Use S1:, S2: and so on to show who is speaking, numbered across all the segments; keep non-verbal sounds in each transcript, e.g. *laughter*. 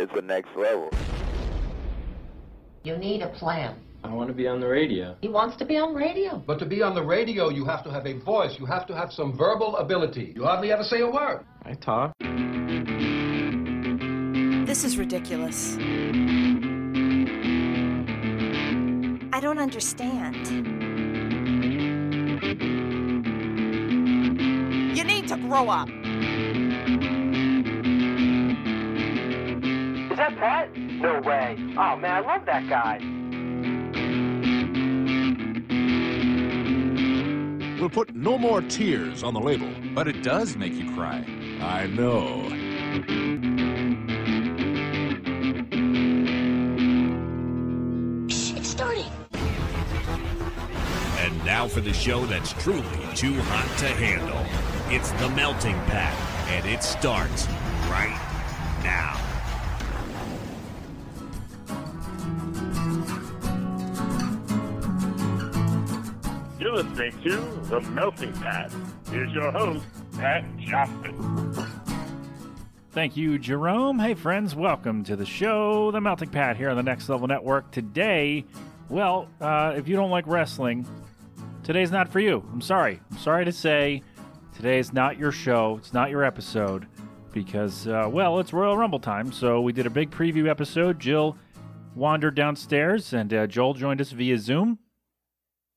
S1: It's the next level.
S2: You need a plan.
S3: I want to be on the radio.
S2: He wants to be on radio.
S4: But to be on the radio, you have to have a voice. You have to have some verbal ability. You hardly ever say a word.
S3: I talk.
S5: This is ridiculous. I don't understand. You need to grow up.
S6: Is that Pat? No way. Oh man, I love that guy.
S7: We'll put no more tears on the label.
S8: But it does make you cry.
S7: I know.
S9: It's starting.
S7: And now for the show that's truly too hot to handle. It's the melting pack, and it starts right now.
S10: You're listening to The Melting Pat. Here's your host, Pat Johnson.
S11: Thank you, Jerome. Hey, friends, welcome to the show, The Melting Pat, here on the Next Level Network. Today, well, uh, if you don't like wrestling, today's not for you. I'm sorry. I'm sorry to say today's not your show, it's not your episode, because, uh, well, it's Royal Rumble time. So we did a big preview episode. Jill wandered downstairs, and uh, Joel joined us via Zoom.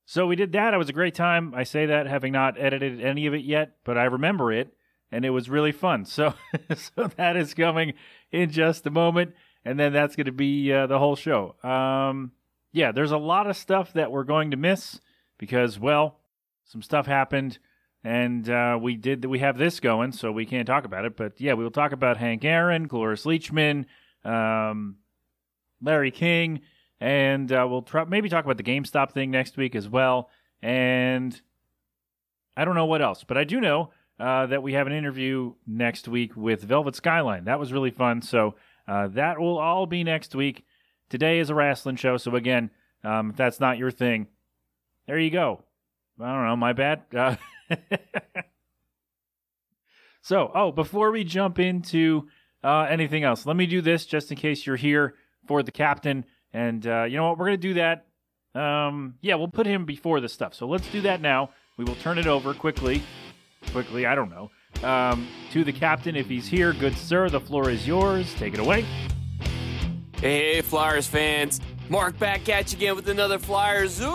S11: So we did that. It was a great time. I say that having not edited any of it yet, but I remember it and it was really fun. *laughs* So, so that is coming in just a moment, and then that's going to be uh, the whole show. Um, yeah, there's a lot of stuff that we're going to miss because, well, some stuff happened, and uh, we did we have this going, so we can't talk about it. But yeah, we will talk about Hank Aaron, Cloris Leachman, um, Larry King, and uh, we'll try, maybe talk about the GameStop thing next week as well. And I don't know what else, but I do know uh, that we have an interview next week with Velvet Skyline. That was really fun. So uh, that will all be next week. Today is a wrestling show. So again, um, if that's not your thing, there you go. I don't know. My bad. Uh, *laughs* so, oh, before we jump into uh, anything else, let me do this just in case you're here for the captain. And uh, you know what? We're going to do that. Um, yeah, we'll put him before this stuff. So let's do that now. We will turn it over quickly. Quickly, I don't know. Um, to the captain, if he's here, good sir, the floor is yours. Take it away.
S12: Hey, hey, Flyers fans. Mark back at you again with another Flyers Zoom.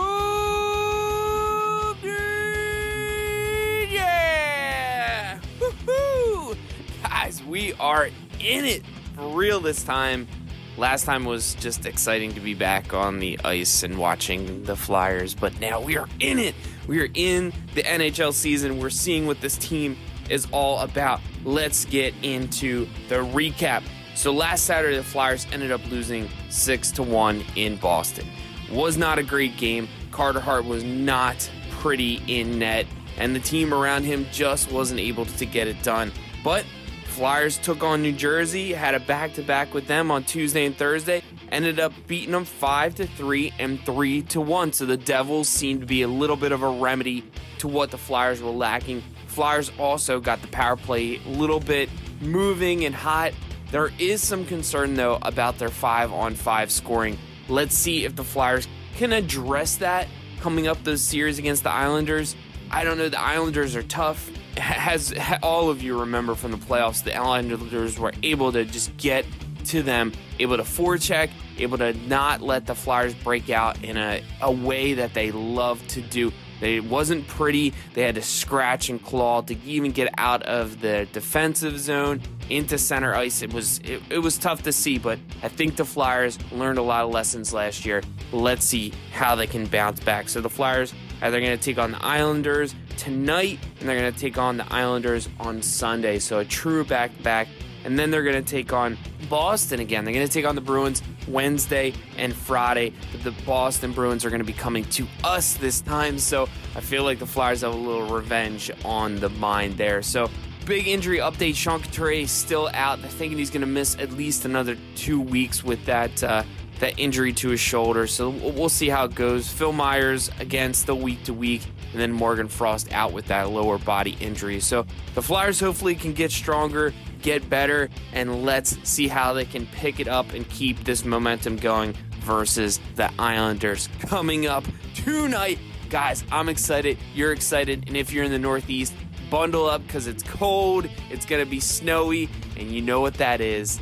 S12: Dude. Yeah! Woohoo! Guys, we are in it for real this time. Last time was just exciting to be back on the ice and watching the Flyers, but now we are in it. We are in the NHL season. We're seeing what this team is all about. Let's get into the recap. So last Saturday, the Flyers ended up losing six to one in Boston. Was not a great game. Carter Hart was not pretty in net, and the team around him just wasn't able to get it done. But Flyers took on New Jersey, had a back to back with them on Tuesday and Thursday, ended up beating them 5 to 3 and 3 to 1. So the Devils seemed to be a little bit of a remedy to what the Flyers were lacking. Flyers also got the power play a little bit moving and hot. There is some concern though about their 5 on 5 scoring. Let's see if the Flyers can address that coming up the series against the Islanders. I don't know, the Islanders are tough. As all of you remember from the playoffs, the Islanders were able to just get to them, able to forecheck, able to not let the Flyers break out in a, a way that they love to do. They, it wasn't pretty. They had to scratch and claw to even get out of the defensive zone into center ice. It was it, it was tough to see, but I think the Flyers learned a lot of lessons last year. Let's see how they can bounce back. So the Flyers are they're going to take on the Islanders tonight, and they're going to take on the Islanders on Sunday. So a true back to back. And then they're going to take on Boston again. They're going to take on the Bruins Wednesday and Friday. But the Boston Bruins are going to be coming to us this time. So I feel like the Flyers have a little revenge on the mind there. So big injury update. Sean Couturier is still out. They're thinking he's going to miss at least another two weeks with that uh, that injury to his shoulder. So we'll we'll see how it goes. Phil Myers against the week to week, and then Morgan Frost out with that lower body injury. So the Flyers hopefully can get stronger get better, and let's see how they can pick it up and keep this momentum going versus the Islanders coming up tonight. Guys, I'm excited. You're excited. And if you're in the Northeast, bundle up because it's cold, it's going to be snowy, and you know what that is.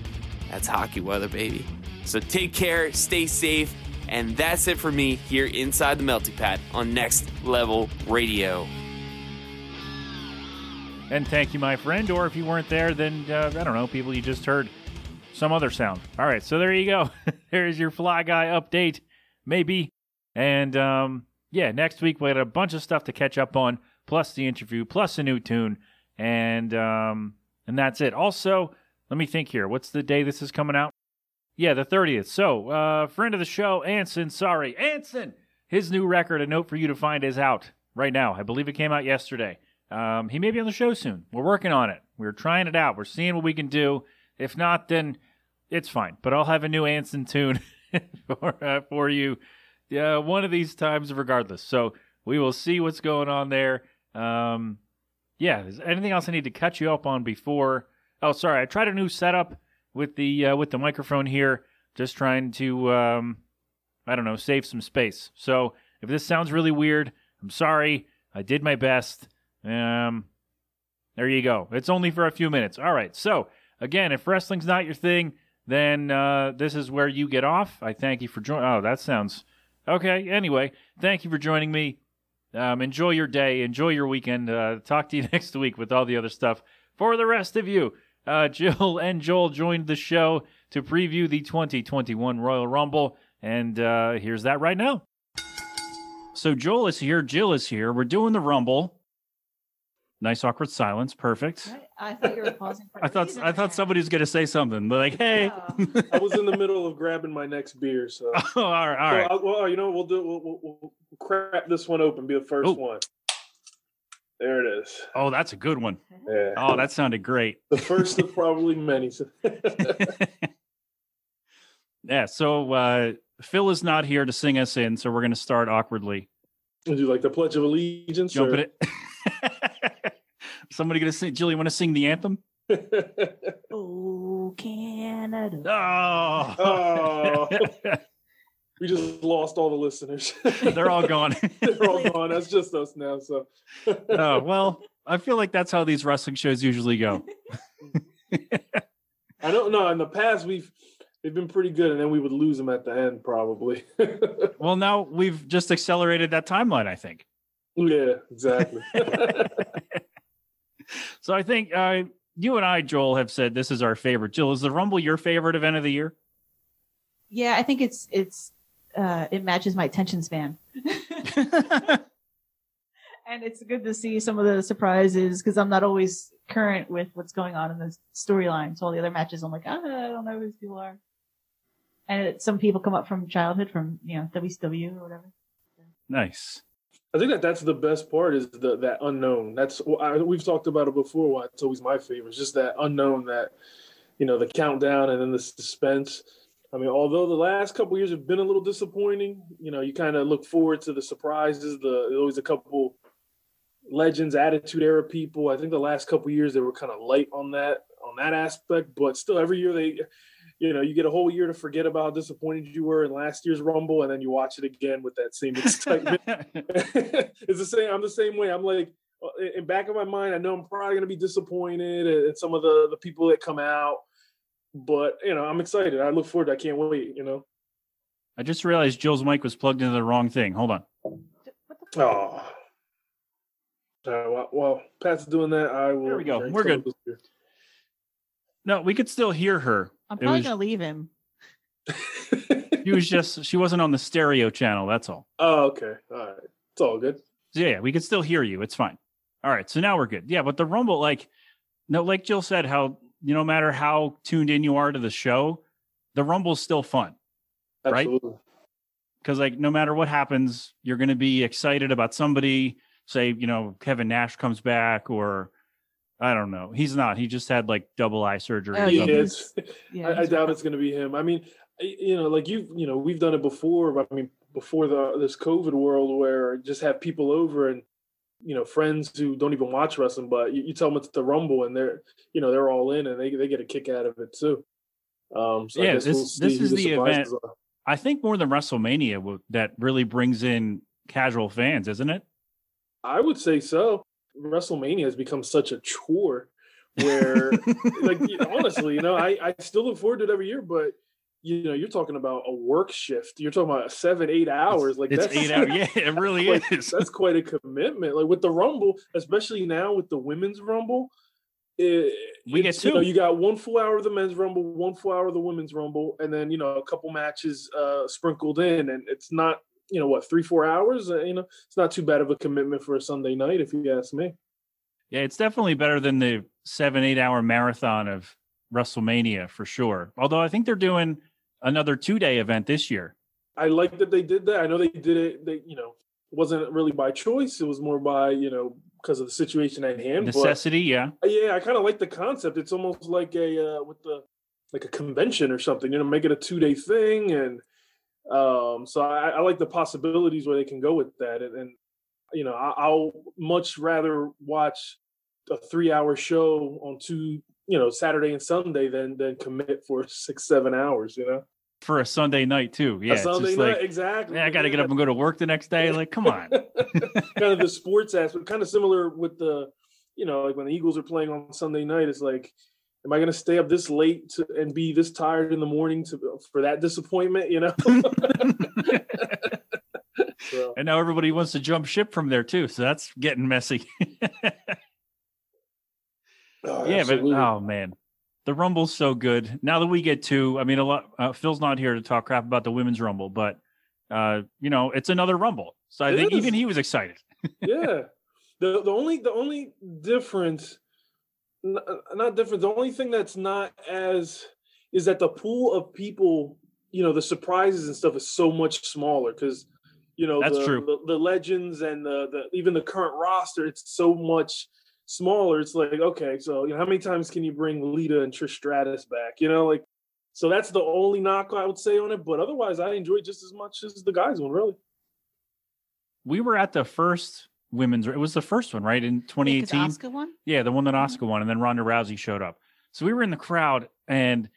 S12: That's hockey weather, baby. So take care, stay safe, and that's it for me here inside the Melting Pot on Next Level Radio.
S11: And thank you, my friend. Or if you weren't there, then uh, I don't know, people, you just heard some other sound. All right, so there you go. *laughs* There's your Fly Guy update, maybe. And um, yeah, next week we got a bunch of stuff to catch up on, plus the interview, plus a new tune, and um, and that's it. Also, let me think here. What's the day this is coming out? Yeah, the 30th. So, uh, friend of the show, Anson, sorry, Anson, his new record, A Note for You to Find, is out right now. I believe it came out yesterday. Um, he may be on the show soon. We're working on it. We're trying it out. We're seeing what we can do. If not, then it's fine. But I'll have a new Anson tune *laughs* for, uh, for you uh, one of these times, regardless. So we will see what's going on there. Um, yeah, is there anything else I need to catch you up on before? Oh, sorry, I tried a new setup with the uh, with the microphone here. Just trying to, um, I don't know, save some space. So if this sounds really weird, I'm sorry. I did my best. Um, there you go. It's only for a few minutes. All right. So again, if wrestling's not your thing, then uh, this is where you get off. I thank you for joining. Oh, that sounds okay. Anyway, thank you for joining me. Um, enjoy your day. Enjoy your weekend. Uh, talk to you *laughs* next week with all the other stuff. For the rest of you, uh, *laughs* Jill and Joel joined the show to preview the 2021 Royal Rumble, and uh, here's that right now. So Joel is here. Jill is here. We're doing the Rumble. Nice awkward silence. Perfect.
S2: I thought you were pausing for
S11: *laughs* I thought I thought somebody was gonna say something. They're like, hey. *laughs*
S3: I was in the middle of grabbing my next beer, so.
S11: oh, all right, all right.
S3: Well, I- well, you know, we'll do we'll, we'll, we'll crack this one open. Be the first
S11: Ooh.
S3: one. There it is.
S11: Oh, that's a good one.
S3: Yeah.
S11: Oh, that sounded great.
S3: The first of probably many. So-
S11: Yeah. So uh, Phil is not here to sing us in, so we're gonna start awkwardly.
S3: Would you like the Pledge of Allegiance?
S11: Jumping it. *laughs* Somebody gonna sing? Jill, you want to sing
S3: *laughs*
S11: the anthem?
S3: it.
S2: oh, Canada.
S11: Oh.
S3: oh,
S11: *laughs*
S3: we just lost all the listeners. *laughs*
S11: They're all gone.
S3: They're all gone. That's just us now. So
S11: *laughs* oh well, I feel like that's how these wrestling shows usually go.
S3: *laughs* I don't know. In the past, we've they've been pretty good, and then we would lose them at the end, probably. *laughs*
S11: Well, now we've just accelerated that timeline, I think.
S3: yeah, exactly. *laughs*
S11: So I think uh, you and I, Joel, have said this is our favorite. Jill, is the Rumble your favorite event of the year?
S2: Yeah, I think it's it's uh, it matches my attention
S11: *laughs*
S2: span, and it's good to see some of the surprises because I'm not always current with what's going on in the storylines. All the other matches, I'm like, ah, I don't know who these people are. And it, some people come up from childhood, from you know WCW or whatever.
S11: nice.
S3: I think that that's the best part is the that unknown. That's well, I, we've talked about it before. Why it's always my favorite. It's just that unknown that you know the countdown and then the suspense. I mean, although the last couple years have been a little disappointing, you know, you kind of look forward to the surprises. The there's always a couple legends, attitude era people. I think the last couple years they were kind of light on that on that aspect, but still every year they. You know, you get a whole year to forget about how disappointed you were in last year's Rumble, and then you watch it again with that
S11: *laughs*
S3: same excitement. *laughs* it's the same. I'm the same way. I'm like, uh, in back of my mind, I know I'm probably gonna be disappointed at at some of the the people that come out, but you know, I'm excited. I look forward. to it. I can't wait. You know.
S11: I just realized Jill's mic was plugged into the wrong thing. Hold on.
S3: Oh. well, well, uh, Pat's doing that. I will.
S11: There we go. We're good. No, we could still hear her.
S2: I'm
S11: It
S2: probably
S11: was,
S2: gonna leave him.
S11: she was just she wasn't on the stereo channel. That's all.
S3: oh, okay. All right. It's all good.
S11: So yeah, yeah, we can still hear you. It's fine. All right, so now we're good. Yeah, but the rumble, like, no, like Jill said, how you no matter how tuned in you are to the show, the rumble's still fun Right?
S3: Absolutely.
S11: because like no matter what happens, you're going to be excited about somebody. Say you know Kevin Nash comes back, or I don't know, he's not. He just had like double eye surgery.
S2: Oh,
S11: or
S2: yeah,
S11: something.
S2: he
S3: Yes.
S2: Yeah,
S3: I, I
S2: he's-
S3: doubt it's going to be him. I mean, I- you know, like you, you know, we've done it before. but I mean, before the this COVID world, where just have people over and you know friends who don't even watch wrestling, but you, you tell them it's the Rumble, and they're you know they're all in, and they they get a kick out of it too. Um, so I
S11: yeah,
S3: guess
S11: this
S3: we'll see
S11: this
S3: who
S11: is the event.
S3: surprises are.
S11: I think more than WrestleMania w- that really brings in casual fans, isn't it?
S3: I would say so. WrestleMania has become such a chore
S11: *laughs*
S3: where, like, you- honestly, you know, I, I still look forward to it every year, but you know, you're talking about a work shift. You're talking about seven, eight hours. like
S11: it's
S3: that's *laughs*
S11: eight hours. Yeah, it really
S3: like,
S11: is.
S3: That's quite a commitment. Like with the Rumble, especially now with the women's Rumble, it,
S11: We get
S3: it's, You, know,
S11: two.
S3: you got one full hour of the men's Rumble, one full hour of the women's Rumble, and then you know a couple matches uh, sprinkled in, and it's not you know what three four hours. Uh, you know, it's not too bad of a commitment for a Sunday night, if you ask me.
S11: Yeah, it's definitely better than the seven, eight hour marathon of WrestleMania for sure. Although I think they're doing another two day event this year.
S3: I like that they did that. I know they did it. They you know it wasn't really by choice. It was more by you know because of the situation at hand. but-
S11: Necessity, yeah.
S3: Yeah, I kind of like the concept. It's almost like a uh, with the like a convention or something. You know, make it a two day thing, and um, so I, I like the possibilities where they can go with that. And, and you know, I, I'll much rather watch a three hour show on two, you know, Saturday and Sunday than than commit for *laughs* six seven hours. You know,
S11: For a Sunday night too.
S3: A
S11: Yeah. it's just
S3: Sunday
S11: like,
S3: night, exactly.
S11: "Yeah, I gotta get up and go to work the next day. Like, come
S3: *laughs*
S11: on. *laughs*
S3: kind of the sports aspect, kind of similar with the, you know, like when the Eagles are playing on Sunday night, it's like, am I going to stay up this late to, and be this tired in the morning to for that disappointment?
S11: *laughs*
S3: You know, *laughs* so,
S11: And now everybody wants to jump ship from there too. So that's getting messy. *laughs*
S3: oh,
S11: yeah,
S3: absolutely.
S11: but oh man, the Rumble's so good. Now that we get to, I mean, a lot. Uh, Phil's not here to talk crap about the women's Rumble, but uh, you know, it's another Rumble. So I
S3: It
S11: think
S3: is.
S11: even he was excited.
S3: yeah. The the only the only difference, n- uh, not difference. The only thing that's not as is that the pool of people, you know, the surprises and stuff is so much smaller because, you know,
S11: That's
S3: the,
S11: true.
S3: The, the legends and the, the even the current roster, it's so much smaller. It's like okay, so you know, how many times can you bring Lita and Trish Stratus back? You know, like. So that's the only knock I would say on it, but otherwise I enjoy it just as much as the guys one, really.
S11: We were at the first women's. It was the first one, right, in 2018. Yeah,
S2: Oscar one. Mm-hmm.
S11: the one that Oscar won, and then Ronda Rousey showed up. So we were in the crowd, and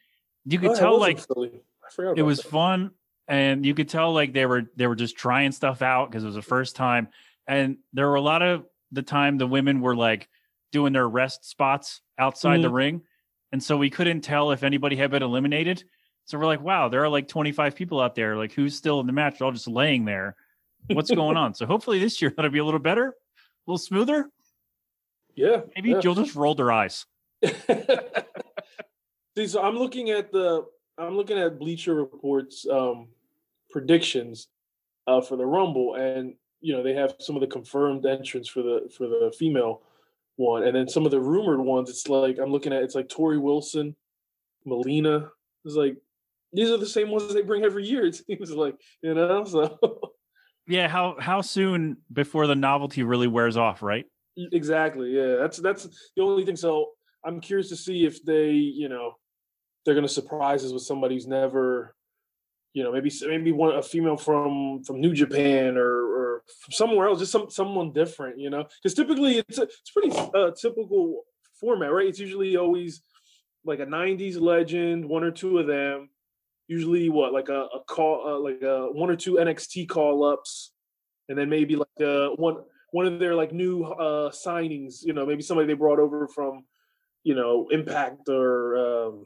S11: you
S3: Oh,
S11: could
S3: it
S11: tell
S3: was in
S11: like
S3: Philly. I forgot
S11: it
S3: about
S11: was
S3: that.
S11: fun and you could tell like they were they were just trying stuff out because it was the first time and there were a lot of the time the women were like doing their rest spots outside the
S3: Mhm.
S11: ring and so we couldn't tell if anybody had been eliminated so we're like wow there are like 25 people out there like who's still in the match they're all just laying there what's going on so hopefully this year that'll be a little better a little smoother
S3: Yeah.
S11: maybe
S3: yeah.
S11: you'll just roll their eyes
S3: *laughs* See, so I'm looking at the I'm looking at Bleacher Report's um, predictions uh, for the Rumble, and you know they have some of the confirmed entrants for the for the female one, and then some of the rumored ones. It's like I'm looking at it's like Tori Wilson, Melina. It's like these are the same ones they bring every year. It *laughs* seems like you know. So *laughs*
S11: yeah how how soon before the novelty really wears off right
S3: Exactly. Yeah, that's that's the only thing. So I'm curious to see if they, you know, they're going to surprise us with somebody who's never, you know, maybe maybe one a female from from New Japan or or from somewhere else, just some someone different, you know, because typically it's a, it's pretty uh, typical format, right? It's usually always like a '90s legend, one or two of them. Usually, what like a, a call, uh, like a one or two NXT call ups, and then maybe like uh, one one of their like new uh signings you know maybe somebody they brought over from you know impact or um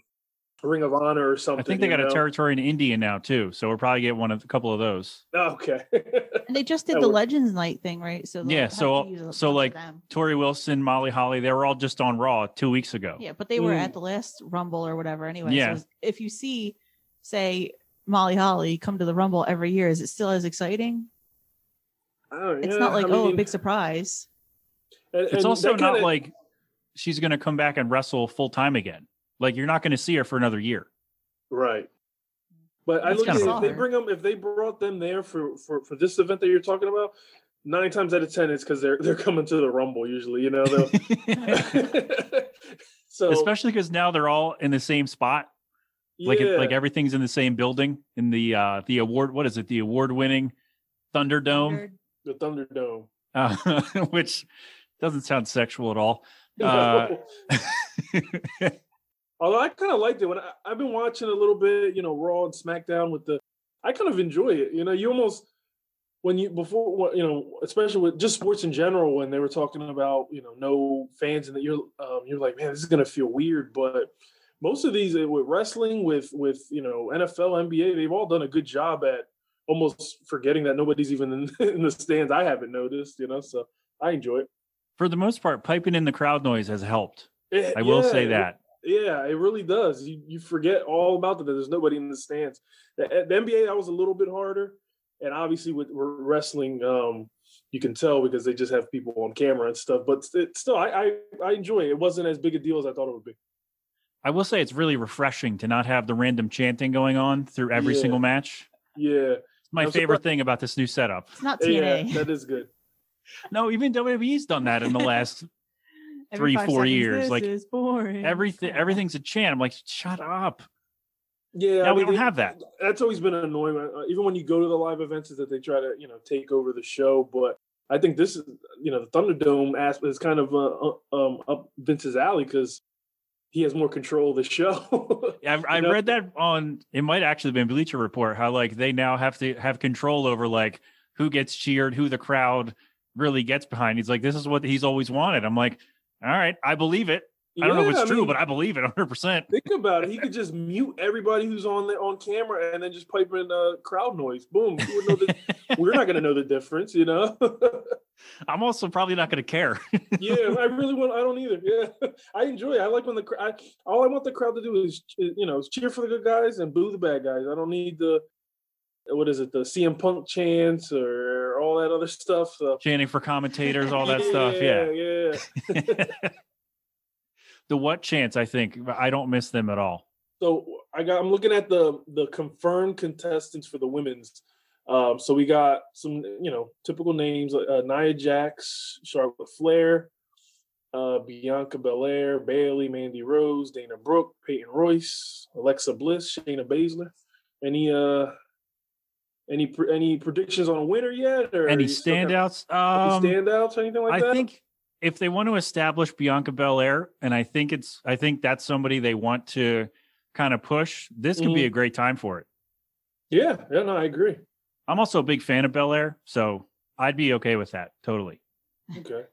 S3: ring of honor or something
S11: I think they
S3: you
S11: got a
S3: know?
S11: territory in India now too, so we'll probably get one of a couple of those.
S3: okay
S2: And they just
S3: That
S2: did the
S3: works.
S2: Legends Night thing, right? So they'll
S11: Yeah,
S2: have
S11: so-
S2: to use a
S11: so,
S2: bunch of
S11: like,
S2: them.
S11: Tori Wilson, Molly Holly, they were all just on Raw two weeks ago.
S2: yeah, but *laughs* they were
S3: Mm.
S2: at the last Rumble or whatever anyway.
S11: Yeah.
S2: So if you see, say Molly Holly come to the Rumble every year, is it still as exciting?
S3: Oh,
S2: It's
S3: yeah,
S2: not
S3: I
S2: like oh, a
S3: mean,
S2: big surprise.
S3: and-
S11: It's
S3: and
S11: also
S3: that
S11: not
S3: kinda-
S11: like she's going to come back and wrestle full time again. Like you're not going to see her for another year.
S3: right but i
S2: That's
S3: look at it,
S11: kinda
S3: if
S2: bizarre.
S3: they bring them if they brought them there for for for this event that you're talking about nine times out of ten it's because they're they're coming to the rumble usually you know
S11: *laughs*
S3: though *laughs* so
S11: Especially because now they're all in the same spot. Like it, like
S3: yeah.
S11: everything's in the same building in the uh the award. What is it? The award winning Thunderdome.
S3: the thunderdome
S11: uh, *laughs* which doesn't sound sexual at all. *laughs* Uh,
S3: *laughs* No. Although I kind of liked it when I, I've been watching a little bit, you know, Raw and SmackDown with the. I kind of enjoy it. You know, you almost when you before what- you know, especially with just sports in general, when they were talking about you know no fans and that you're um, you're like, man, this is gonna feel weird. But most of these uh, with wrestling, with with you know NFL, NBA, they've all done a good job at almost forgetting that nobody's even in, *laughs* in the stands. I haven't noticed, you know, so I enjoy it.
S11: for the most part, piping in the crowd noise has helped.
S3: It-
S2: Uh,
S11: I will
S3: yeah,
S11: say
S3: it-
S11: that.
S3: Yeah, it really does. You you forget all about that. There's nobody in the stands. The, the NBA that was a little bit harder, and obviously with wrestling, um, you can tell because they just have people on camera and stuff. But it, still, I, I I enjoy it. It wasn't as big a deal as I thought it would be.
S11: I will say it's really refreshing to not have the random chanting going on through every
S3: Yeah.
S11: single match.
S3: Yeah,
S11: It's my
S3: I'm
S11: favorite
S3: surprised-
S11: thing about this new setup.
S2: It's not TNA.
S3: Yeah, that is good.
S11: No, even WWE's done that in the last
S2: *laughs* Every
S11: three,
S2: five
S11: four
S2: seconds,
S11: years.
S2: This
S11: Like
S2: is boring.
S11: everything, everything's a chant. I'm like, shut up.
S3: Yeah,
S11: Now
S3: I
S11: we
S3: mean,
S11: don't
S3: they-
S11: have that.
S3: That's always been annoying. uh, Even when you go to the live events, is that they try to you know take over the show. But I think this is you know the Thunderdome asp- is kind of uh, uh, um, up Vince's alley because he has more control of the show. *laughs*
S11: I, I
S3: know?
S11: read that on it might actually have been Bleacher Report how like they now have to have control over like who gets cheered, who the crowd really gets behind. He's like, this is what he's always wanted. I'm like, all right, I believe it. I don't know if
S3: Yeah,
S11: it's
S3: I
S11: true,
S3: mean-
S11: but I believe it 100. percent
S3: Think about it. He could just mute everybody who's on the, on camera and then just pipe in uh, crowd noise. Boom. *laughs* You would know
S11: *laughs*
S3: the, we're not going to know the difference, you know. *laughs*
S11: I'm also probably not going to care.
S3: yeah, I really want. I don't either. Yeah, *laughs* I enjoy. It. I like when the cr- I, all I want the crowd to do is eh, you know cheer for the good guys and boo the bad guys. I don't need the what is it the CM Punk chants or all that other stuff. So.
S11: Chanting for commentators, all that stuff. Yeah.
S3: yeah.
S11: *laughs* The what chance? I think I don't miss them at all.
S3: So I got. I'm looking at the the confirmed contestants for the women's. Um, so we got some, you know, typical names: uh, Nia Jax, Charlotte Flair, uh, Bianca Belair, Bailey, Mandy Rose, Dana Brooke, Peyton Royce, Alexa Bliss, Shayna Baszler. Any uh, any pr- any predictions on a winner yet? Or
S11: Any
S3: you still got-
S11: standouts?
S3: Any
S11: Um,
S3: standouts? Anything like
S11: I
S3: that?
S11: think if they want to establish Bianca Belair, and I think it's, I think that's somebody they want to kind of push. This could be
S3: Mhm.
S11: a great time for it.
S3: Yeah. Yeah. No, I agree.
S11: I'm also a big fan of Belair, so I'd be okay with that. Totally.
S3: Okay.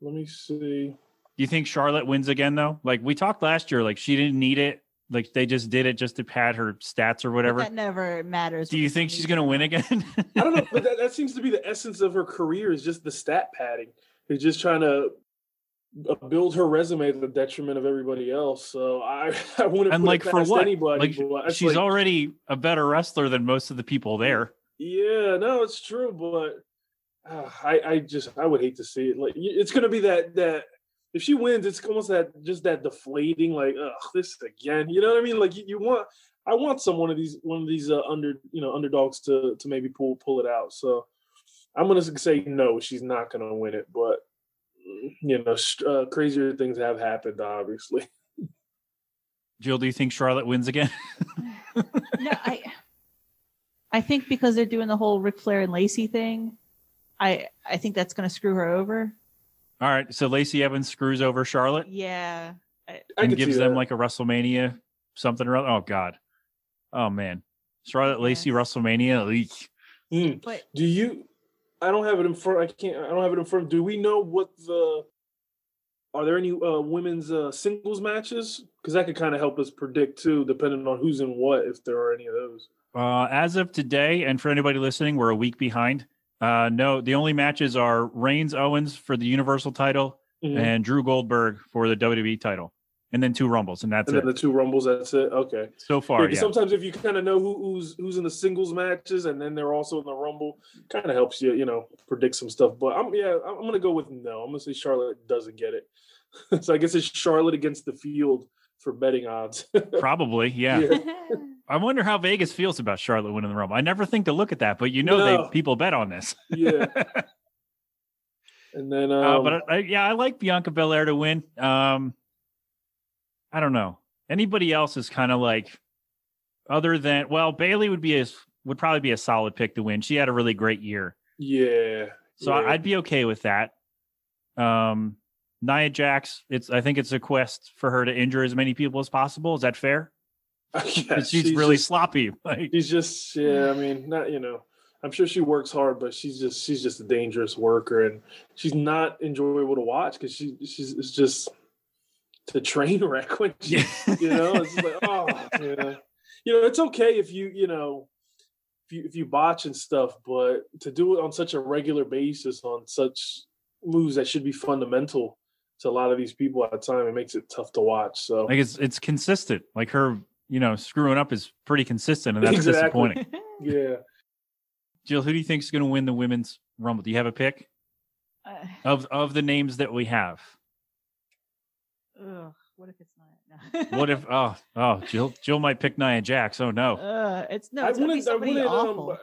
S3: Let me see.
S11: Do you think Charlotte wins again though? Like we talked last year, like she didn't need it. Like they just did it just to pad her stats or
S2: But
S11: whatever.
S2: That never matters.
S11: Do you think she's gonna win again? *laughs*
S3: I don't know, but that, that seems to be the essence of her career is just the stat padding. They're just trying to uh, build her resume to the detriment of everybody else. So I, *laughs* I wouldn't
S11: and
S3: put
S11: like
S3: it
S11: for
S3: past
S11: what?
S3: anybody. but
S11: like
S3: it's
S11: she's
S3: like,
S11: already a better wrestler than most of the people there.
S3: yeah, no, it's true, but uh, I, I just I would hate to see it. Like y- it's gonna be that that if she wins, it's almost that just that deflating. Like ugh, this again. You know what I mean? Like you, you want I want some one of these one of these uh, under you know underdogs to to maybe pull pull it out. So I'm gonna say no, she's not gonna win it, but. mm, You know, st- uh, crazier things have happened, obviously. *laughs*
S11: Jill, do you think Charlotte wins again?
S2: *laughs* no, I I think because they're doing the whole Ric Flair and Lacey thing, I I think that's going to screw her over.
S11: All right, so Lacey Evans screws over Charlotte
S2: Yeah.
S3: I
S11: and
S3: could see
S11: gives them
S3: that.
S11: like a WrestleMania something or other. Oh God, oh man, Charlotte Lacey
S2: Yes.
S11: WrestleMania. Eek.
S3: Mm.
S2: But
S3: Do you? I don't have it in front. I can't. I don't have it in front. Do we know what the? Are there any uh, women's uh, singles matches? Because that could kind of help us predict too, depending on who's in what, if there are any of those.
S11: Uh, as of today, and for anybody listening, we're a week behind. Uh, no, the only matches are Reigns Owens for the Universal title
S3: Mhm.
S11: and Drew Goldberg for the WWE title, and then two Rumbles, and that's
S3: and then
S11: it
S3: the two rumbles. That's it. Okay.
S11: so
S3: Yeah,
S11: far.
S3: 'cause *laughs*
S11: Yeah,
S3: Sometimes if you kind of know who, who's who's in the singles matches, and then they're also in the rumble, kind of helps you, you know, predict some stuff. But I'm yeah, I'm I'm gonna go with no. I'm gonna say Charlotte doesn't get it. *laughs* so I guess it's Charlotte against the field for betting odds. *laughs*
S11: probably. Yeah. I wonder how Vegas feels about Charlotte winning the Rumble. I never think to look at that, but you know,
S3: No.
S11: they people bet on this. *laughs*
S3: yeah. And then, um,
S11: Uh, but I, I, yeah, I like Bianca Belair to win. Um, I don't know anybody else is kind of like other than well Bailey would be a would probably be a solid pick to win. She had a really great year.
S3: yeah, *laughs*
S11: So I- I'd be okay with that. Um, Nia Jax, it's I think it's a quest for her to injure as many people as possible. Is that fair? she's, really sloppy. *laughs* Like,
S3: she's just yeah. I mean, not you know. I'm sure she works hard, but she's just she's just a dangerous worker, and she's not enjoyable to watch because she she's it's just the train *laughs* wreck when she, you know it's just like oh yeah. you know it's okay if you you know if you if you botch and stuff, but to do it on such a regular basis on such moves that should be fundamental to a lot of these people at the time, it makes it tough to watch. So
S11: *laughs* like it's it's consistent. Like her, you know, screwing up is pretty consistent, and that's
S3: Exactly.
S11: disappointing.
S3: yeah.
S11: Jill, who do you think's going to win the women's rumble? Do you have a pick
S5: Uh,
S11: of of the names that we have?
S5: ugh, what if it's not? No.
S11: *laughs* What if oh oh Jill Jill might pick Nia Jax? Oh no,
S5: Uh, it's no.
S3: I
S5: It's gonna be
S3: wouldn't. I
S5: somebody
S3: wouldn't.
S5: awful.
S3: Um,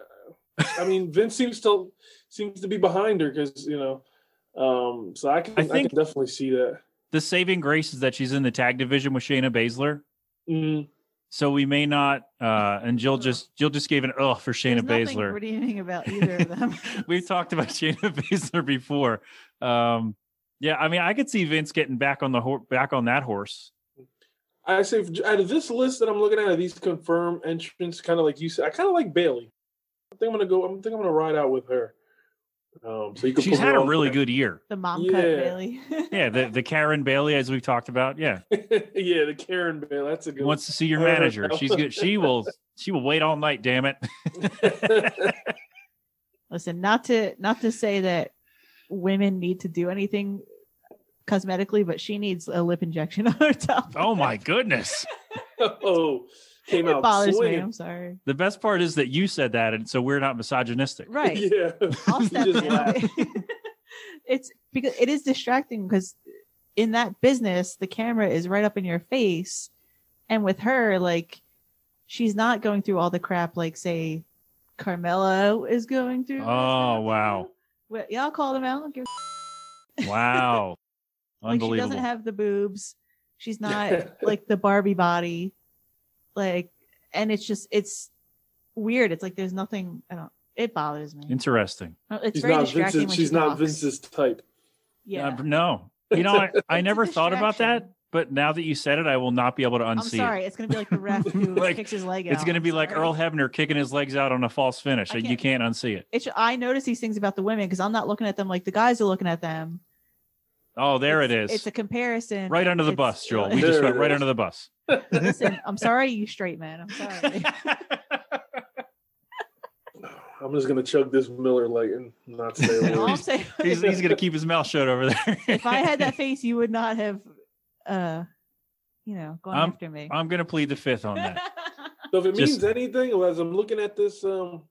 S3: I mean, Vince seems to seems to be behind her because you know. Um, so I can
S11: I
S3: I,
S11: think-
S3: can definitely see that.
S11: the saving grace is that she's in the tag division with Shayna Baszler.
S3: Mm,
S11: So we may not. uh And Jill just Jill just gave an oh for Shayna
S5: There's nothing
S11: Baszler.
S5: redeeming about either of them.
S11: *laughs* We've talked about Shayna Baszler before. Um Yeah, I mean, I could see Vince getting back on the hor back on that horse.
S3: I say if- out of this list that I'm looking at, of these confirmed entrants, kind of like you said, I kind of like Bailey. I think I'm gonna go. I think I'm gonna ride out with her. Um, so you can
S11: She's
S3: put her
S11: had a
S3: on
S11: really
S3: there.
S11: good year.
S5: the mom cut
S3: Yeah.
S5: Bailey.
S11: Yeah, the the Karen Bailey, as we've talked about. Yeah,
S3: *laughs* yeah, the Karen Bailey. That's a good.
S11: wants to see your
S3: I don't
S11: manager.
S3: know.
S11: She's good. She will. She will wait all night. Damn it. *laughs*
S5: Listen, not to not to say that women need to do anything cosmetically, but she needs a lip injection on her top.
S11: Oh my goodness.
S3: One. *laughs* oh, came
S5: It
S3: out
S5: bothers me.
S3: *laughs* swinging.
S5: I'm sorry.
S11: The best part is that you said that, and so we're not misogynistic.
S5: Right.
S3: Yeah. *laughs*
S5: I'll
S3: You
S5: step
S3: just
S11: *laughs*
S3: laugh.
S5: in. it's because it is distracting because in that business, the camera is right up in your face. And with her, like, she's not going through all the crap, like, say, Carmelo is going through.
S11: Oh wow,
S5: Well, yeah, I'll call them out. I don't give a-
S11: wow,
S5: *laughs* Like, she
S11: unbelievable.
S5: doesn't have the boobs. She's
S3: *laughs*
S5: not like the Barbie body. Like, and it's just, it's weird. It's like there's nothing, I don't, it bothers me.
S11: Interesting.
S5: It's
S3: she's
S5: very
S3: not
S5: distracting
S3: Vince's.
S5: when
S3: She's
S5: she
S3: not
S5: talks.
S3: Vince's type. *sighs*
S5: Yeah. *laughs*
S11: Uh, no, you know, I, I
S5: It's a
S11: never thought about that,
S5: distraction.
S11: but now that you said it, I will not be able to unsee
S5: I'm sorry.
S11: it.
S5: It's gonna be like the ref
S11: *laughs*
S5: who
S11: Like,
S5: kicks his leg out.
S11: It's going to be like Earl Hebner kicking his legs out on a false finish.
S5: I
S11: Like, you can't unsee it.
S5: It's, I notice these things about the women because I'm not looking at them like the guys are looking at them.
S11: Oh, there
S5: it's,
S11: it is.
S5: It's a comparison.
S11: right under the
S5: It's- uh,
S11: bus, Joel. We just
S3: There
S11: went
S3: it
S11: right
S3: is.
S11: under the bus.
S5: Listen,
S11: *laughs*
S5: I'm sorry, you straight man. I'm sorry.
S3: I'm just gonna chug this Miller Light and not say
S5: *laughs*
S3: a
S5: All I'm
S3: word.
S5: saying
S11: He's,
S5: is
S11: he's going to keep his mouth shut over there.
S5: if I had
S11: *laughs*
S5: that face, you would not have, uh, you know, gone
S11: I'm-
S5: after me.
S11: I'm going to plead the fifth on that.
S5: *laughs*
S3: So if it
S11: Just-
S3: means anything, well, as I'm looking at this um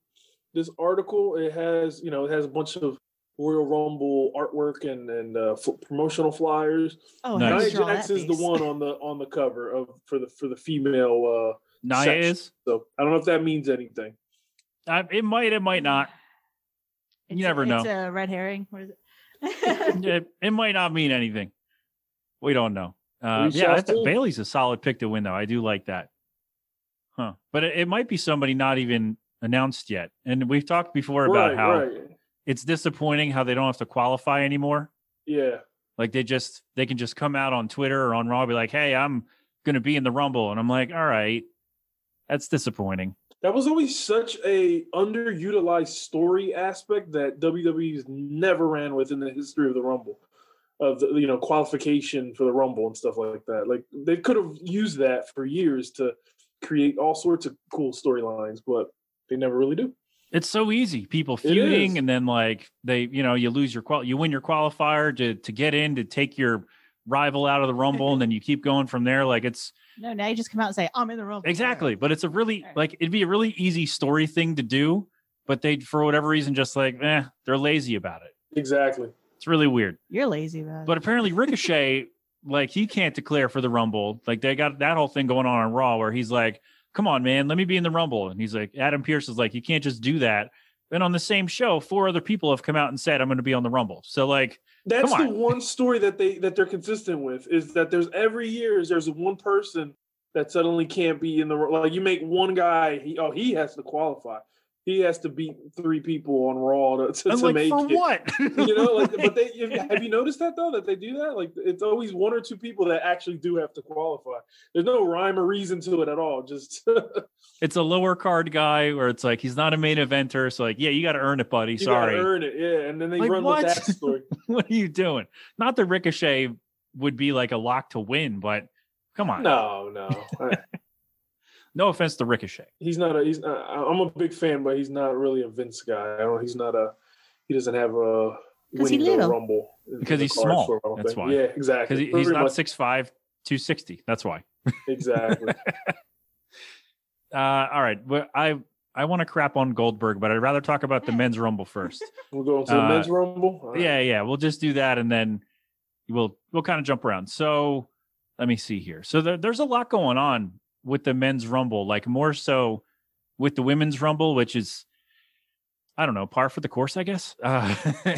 S3: this article, it has you know it has a bunch of Royal Rumble artwork and and uh, f- promotional flyers.
S5: oh,
S11: Nice.
S5: how did
S3: Nia
S5: you draw
S3: Jax
S5: that
S3: is the
S5: face?
S3: one on the on the cover of for the for the female. uh
S11: Nia
S3: Sex.
S11: is.
S3: So I don't know if that means anything.
S11: I, it might. It might not. You
S5: It's a-
S11: never
S5: It's
S11: know.
S5: a red herring. What is it?
S11: *laughs* it, it might not mean anything. We don't know. Uh,
S3: We
S11: yeah,
S3: shall
S11: I think
S3: see.
S11: Bailey's a solid pick to win, though. I do like that. Huh? But it, it might be somebody not even announced yet. And we've talked before about
S3: right,
S11: how
S3: right.
S11: it's disappointing how they don't have to qualify anymore.
S3: Yeah.
S11: Like they just they can just come out on Twitter or on Raw, and be like, "Hey, I'm going to be in the Rumble," and I'm like, "All right, that's disappointing."
S3: That was always such a underutilized story aspect that WWE's never ran with in the history of the Rumble, of the you know qualification for the Rumble and stuff like that. Like they could have used that for years to create all sorts of cool storylines, but they never really do.
S11: It's so easy. People
S3: It
S11: feuding,
S3: is.
S11: and then like they, you know, you lose your qual, you win your qualifier to to get in to take your rival out of the rumble, and then you keep going from there. Like it's
S5: no, now you just come out and say, "I'm in the room."
S11: exactly, but it's a really
S5: Right.
S11: like it'd be a really easy story thing to do, but they for whatever reason just like eh, they're lazy about it.
S3: Exactly.
S11: It's really weird.
S5: You're lazy about it.
S11: But apparently Ricochet, like he can't declare for the Rumble. Like they got that whole thing going on on Raw where he's like, "Come on, man, let me be in the Rumble." And he's like, Adam Pierce is like, "You can't just do that." And on the same show, four other people have come out and said, "I'm going to be on the Rumble." So like,
S3: That's
S11: Come
S3: the one story that they that they're consistent with is that there's every year there's one person that suddenly can't be in the like you make one guy he oh he has to qualify he has to beat three people on Raw to, to,
S13: I'm
S3: to
S13: like,
S3: make
S13: for
S3: it.
S13: what?
S3: you know, like, but
S11: *laughs*
S3: they have you noticed that though that they do that? Like, it's always one or two people that actually do have to qualify. There's no rhyme or reason to it at all. Just *laughs*
S11: It's a lower card guy where it's like he's not a main eventer, so like, yeah, you got to earn it, buddy.
S3: you
S11: Sorry,
S3: gotta earn it, yeah. And then they
S11: Like,
S3: run
S11: what?
S3: with that story.
S11: *laughs* what are you doing? Not that Ricochet would be like a lock to win, but *laughs* come on,
S3: No, no,
S11: no offense to Ricochet.
S3: he's not a. He's not, I- I'm a big fan, but he's not really a Vince guy. I don't. He's not a. He doesn't have a.
S11: 'Cause
S3: winning
S11: he
S3: the
S11: little.
S3: Rumble in- in
S11: because
S3: the
S11: he's
S3: cards
S11: small.
S3: for a while, I
S11: That's
S3: think.
S11: why.
S3: Yeah, exactly.
S11: Because he's
S3: Pretty
S11: not
S3: much.
S11: 6'5", 260. That's why.
S3: Exactly.
S11: Uh, all right. Well, I I want to crap on Goldberg, but I'd rather talk about the men's rumble first.
S3: We're going to the
S11: *laughs* Uh,
S3: men's rumble. *laughs* All right.
S11: Yeah, yeah. We'll just do that, and then we'll we'll kind of jump around. So let me see here. So there, there's a lot going on with the men's rumble, like more so with the women's rumble, which is I don't know, par for the course, I guess. Uh, *laughs*
S3: All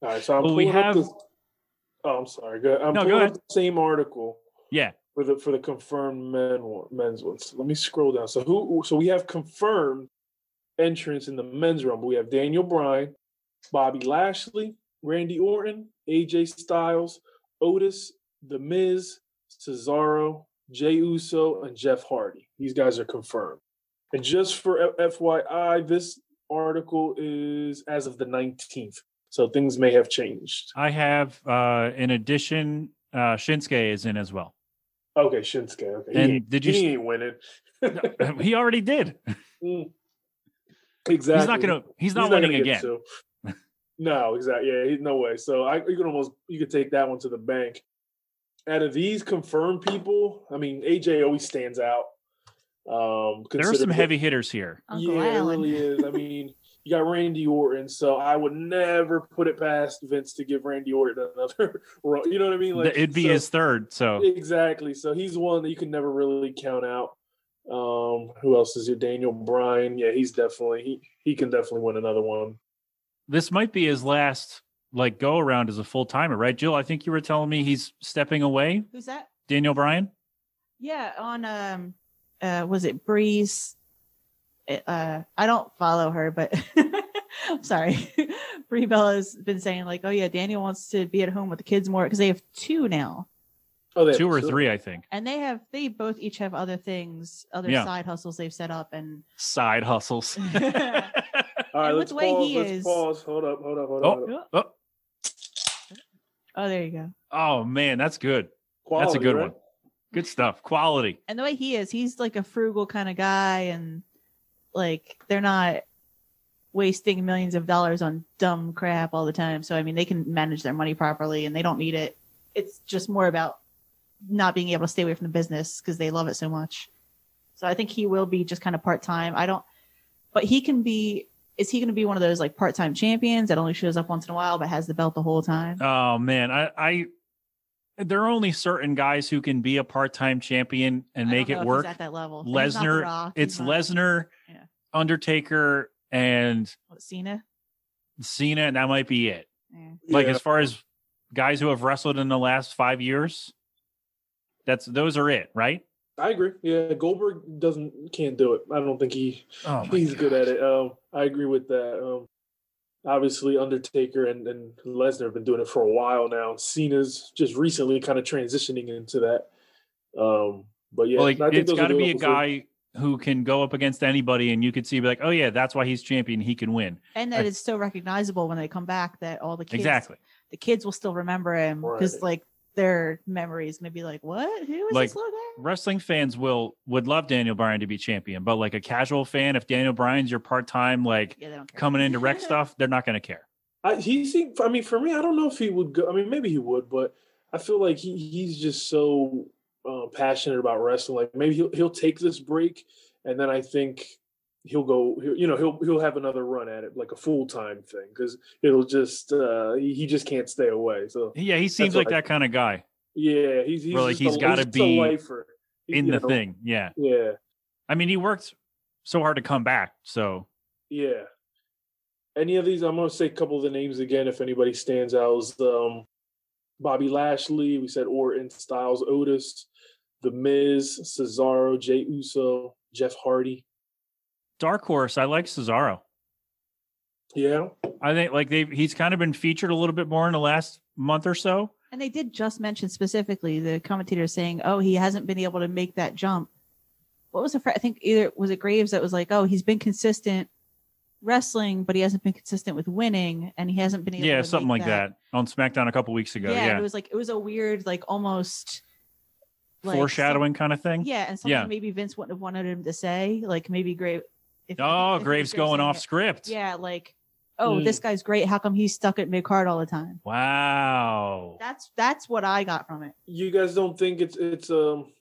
S3: right. So I'm
S11: Well, we
S3: pulling
S11: have-
S3: Up the, oh, I'm sorry. Go, I'm
S11: No, go
S3: pulling up
S11: ahead.
S3: the same article.
S11: Yeah.
S3: For the for the confirmed men one, men's ones. Let me scroll down. So who? So we have confirmed entrance in the men's rumble. We have Daniel Bryan, Bobby Lashley, Randy Orton, AJ Styles, Otis, The Miz, Cesaro, Jey Uso, and Jeff Hardy. These guys are confirmed. And just for F- FYI, this article is as of the 19th. So things may have changed.
S11: I have uh, in addition, uh, Shinsuke is in as well. *clears throat*
S3: Okay, Shinsuke. Okay. He
S11: And
S3: ain't-
S11: did you-
S3: He ain't winning. *laughs*
S11: he already did.
S3: Mm. Exactly.
S11: gonna- he's not
S3: gonna
S11: winning
S3: get
S11: again. *laughs*
S3: two. no, exactly. Yeah, he- no way. So I, you can almost you could take that one to the bank. Out of these confirmed people, I mean AJ always stands out. Um,
S11: There are some
S3: considerably.
S11: heavy hitters here.
S2: Uncle
S3: yeah,
S2: Allen.
S3: it really is. I mean, you got Randy Orton, so I would never put it past Vince to give Randy Orton another *laughs* run. You know what I mean?
S11: Th- It'd be
S3: so-
S11: his third. So
S3: Exactly. So he's one that you can never really count out. Um, who else is here? Daniel Bryan. Yeah, he's definitely he he can definitely win another one.
S11: this might be his last like go around as a full timer, right, Jill? I think you were telling me he's stepping away.
S2: Who's that?
S11: Daniel Bryan.
S2: Yeah, on um, uh, was it Breeze? It, uh, I don't follow her, but I'm sorry. Brie Bella's been saying like, oh yeah, Daniel wants to be at home with the kids more because they have two now,
S3: Oh,
S11: two or three, I think.
S2: and they have they both each have other things, other
S11: Yeah.
S2: side hustles they've set up, and *laughs*
S11: Side hustles. *laughs*
S3: All right,
S2: And with
S3: let's
S2: the way
S3: pause.
S2: he
S3: let's
S2: is-
S3: pause. Hold up, hold up, hold up.
S11: oh,
S3: hold up.
S11: oh,
S2: oh, there you go.
S11: oh, man, that's good. that's
S3: Quality,
S11: a good
S3: right?
S11: one. Good stuff. Quality.
S2: And the way he is, he's like a frugal kind of guy, and like they're not wasting millions of dollars on dumb crap all the time. So I mean, they can manage their money properly, and they don't need it. It's just more about not being able to stay away from the business because they love it so much. So I think he will be just kind of part time. I don't, but he can be. Is he going to be one of those like part time champions that only shows up once in a while but has the belt the whole time?
S11: Oh man, I, I there are only certain guys who can be a part-time champion and
S2: I don't
S11: make
S2: know
S11: it
S2: if
S11: work.
S2: he's at that level. He's not The
S11: Lesnar,
S2: Rock, he's
S11: it's
S2: not
S11: Lesnar,
S2: Yeah.
S11: Undertaker, and
S2: Cena.
S11: Cena, and that might be it.
S2: Yeah.
S11: Like
S3: Yeah.
S11: as far as guys who have wrestled in the last five years, that's those are it, right?
S3: I agree. Yeah, Goldberg doesn't can't do it. I don't think he
S11: Oh my
S3: he's good
S11: God.
S3: at it. Um, I agree with that. Um, obviously Undertaker and, and Lesnar have been doing it for a while now. Cena's just recently kind of transitioning into that. Um, but yeah,
S11: Well, like
S3: I think
S11: it's
S3: those are
S11: got to
S3: the
S11: be a
S3: ones that-
S11: guy who can go up against anybody, and you could see be like, oh yeah, that's why he's champion. He can win.
S2: And that
S11: I-
S2: it's so recognizable when they come back that all the kids
S11: Exactly.
S2: the kids will still remember him because
S3: Right.
S2: like their memory is gonna be like, what? Who is
S11: Like-
S2: this little guy?
S11: wrestling fans will would love Daniel Bryan to be champion, but like a casual fan, if Daniel Bryan's your part time like
S2: Yeah, they don't care.
S11: coming
S2: *laughs*
S11: into rec stuff, they're not going to care.
S3: I, he seemed. I mean, for me, I don't know if he would go. I mean, maybe he would, but I feel like he, he's just so uh, passionate about wrestling. Like maybe he'll he'll take this break, and then I think he'll go. He'll, you know, he'll he'll have another run at it, like a full time thing, because it'll just uh, he, he just can't stay away. So
S11: Yeah, he seems
S3: what
S11: like
S3: I-
S11: that kind of guy
S3: yeah, he's he's
S11: Or, like,
S3: just a-
S11: he's gotta
S3: just a
S11: be
S3: lifer. He-
S11: in
S3: you
S11: the
S3: know,
S11: thing. Yeah,
S3: Yeah,
S11: I mean, he worked so hard to come back. So
S3: yeah. Any of these? I'm gonna say a couple of the names again if anybody stands out. Is, um, Bobby Lashley, we said Orton, Styles, Otis, The Miz, Cesaro, Jey Uso, Jeff Hardy.
S11: Dark Horse, I like Cesaro.
S3: Yeah.
S11: I think like they've he's kind of been featured a little bit more in the last month or so.
S2: And they did just mention specifically the commentator saying, "Oh, he hasn't been able to make that jump." What was the? Fr- I think either was it Graves that was like, "Oh, he's been consistent wrestling, but he hasn't been consistent with winning, and he hasn't been able."
S11: yeah,
S2: to
S11: something
S2: make
S11: like that. on SmackDown a couple weeks ago.
S2: Yeah,
S11: Yeah,
S2: it was like it was a weird, like almost like,
S11: foreshadowing kind of thing.
S2: some- yeah, and something
S11: yeah.
S2: maybe Vince wouldn't have wanted him to say, like maybe Graves. If,
S11: Oh,
S2: if
S11: Graves
S2: Graves
S11: going
S2: saying
S11: off
S2: it.
S11: script.
S2: Yeah, like, oh,
S3: Hmm.
S11: Mm.
S2: this guy's great. How come he's stuck at mid card all the time?
S11: Wow.
S2: That's that's what I got from it.
S3: You guys don't think it's it's um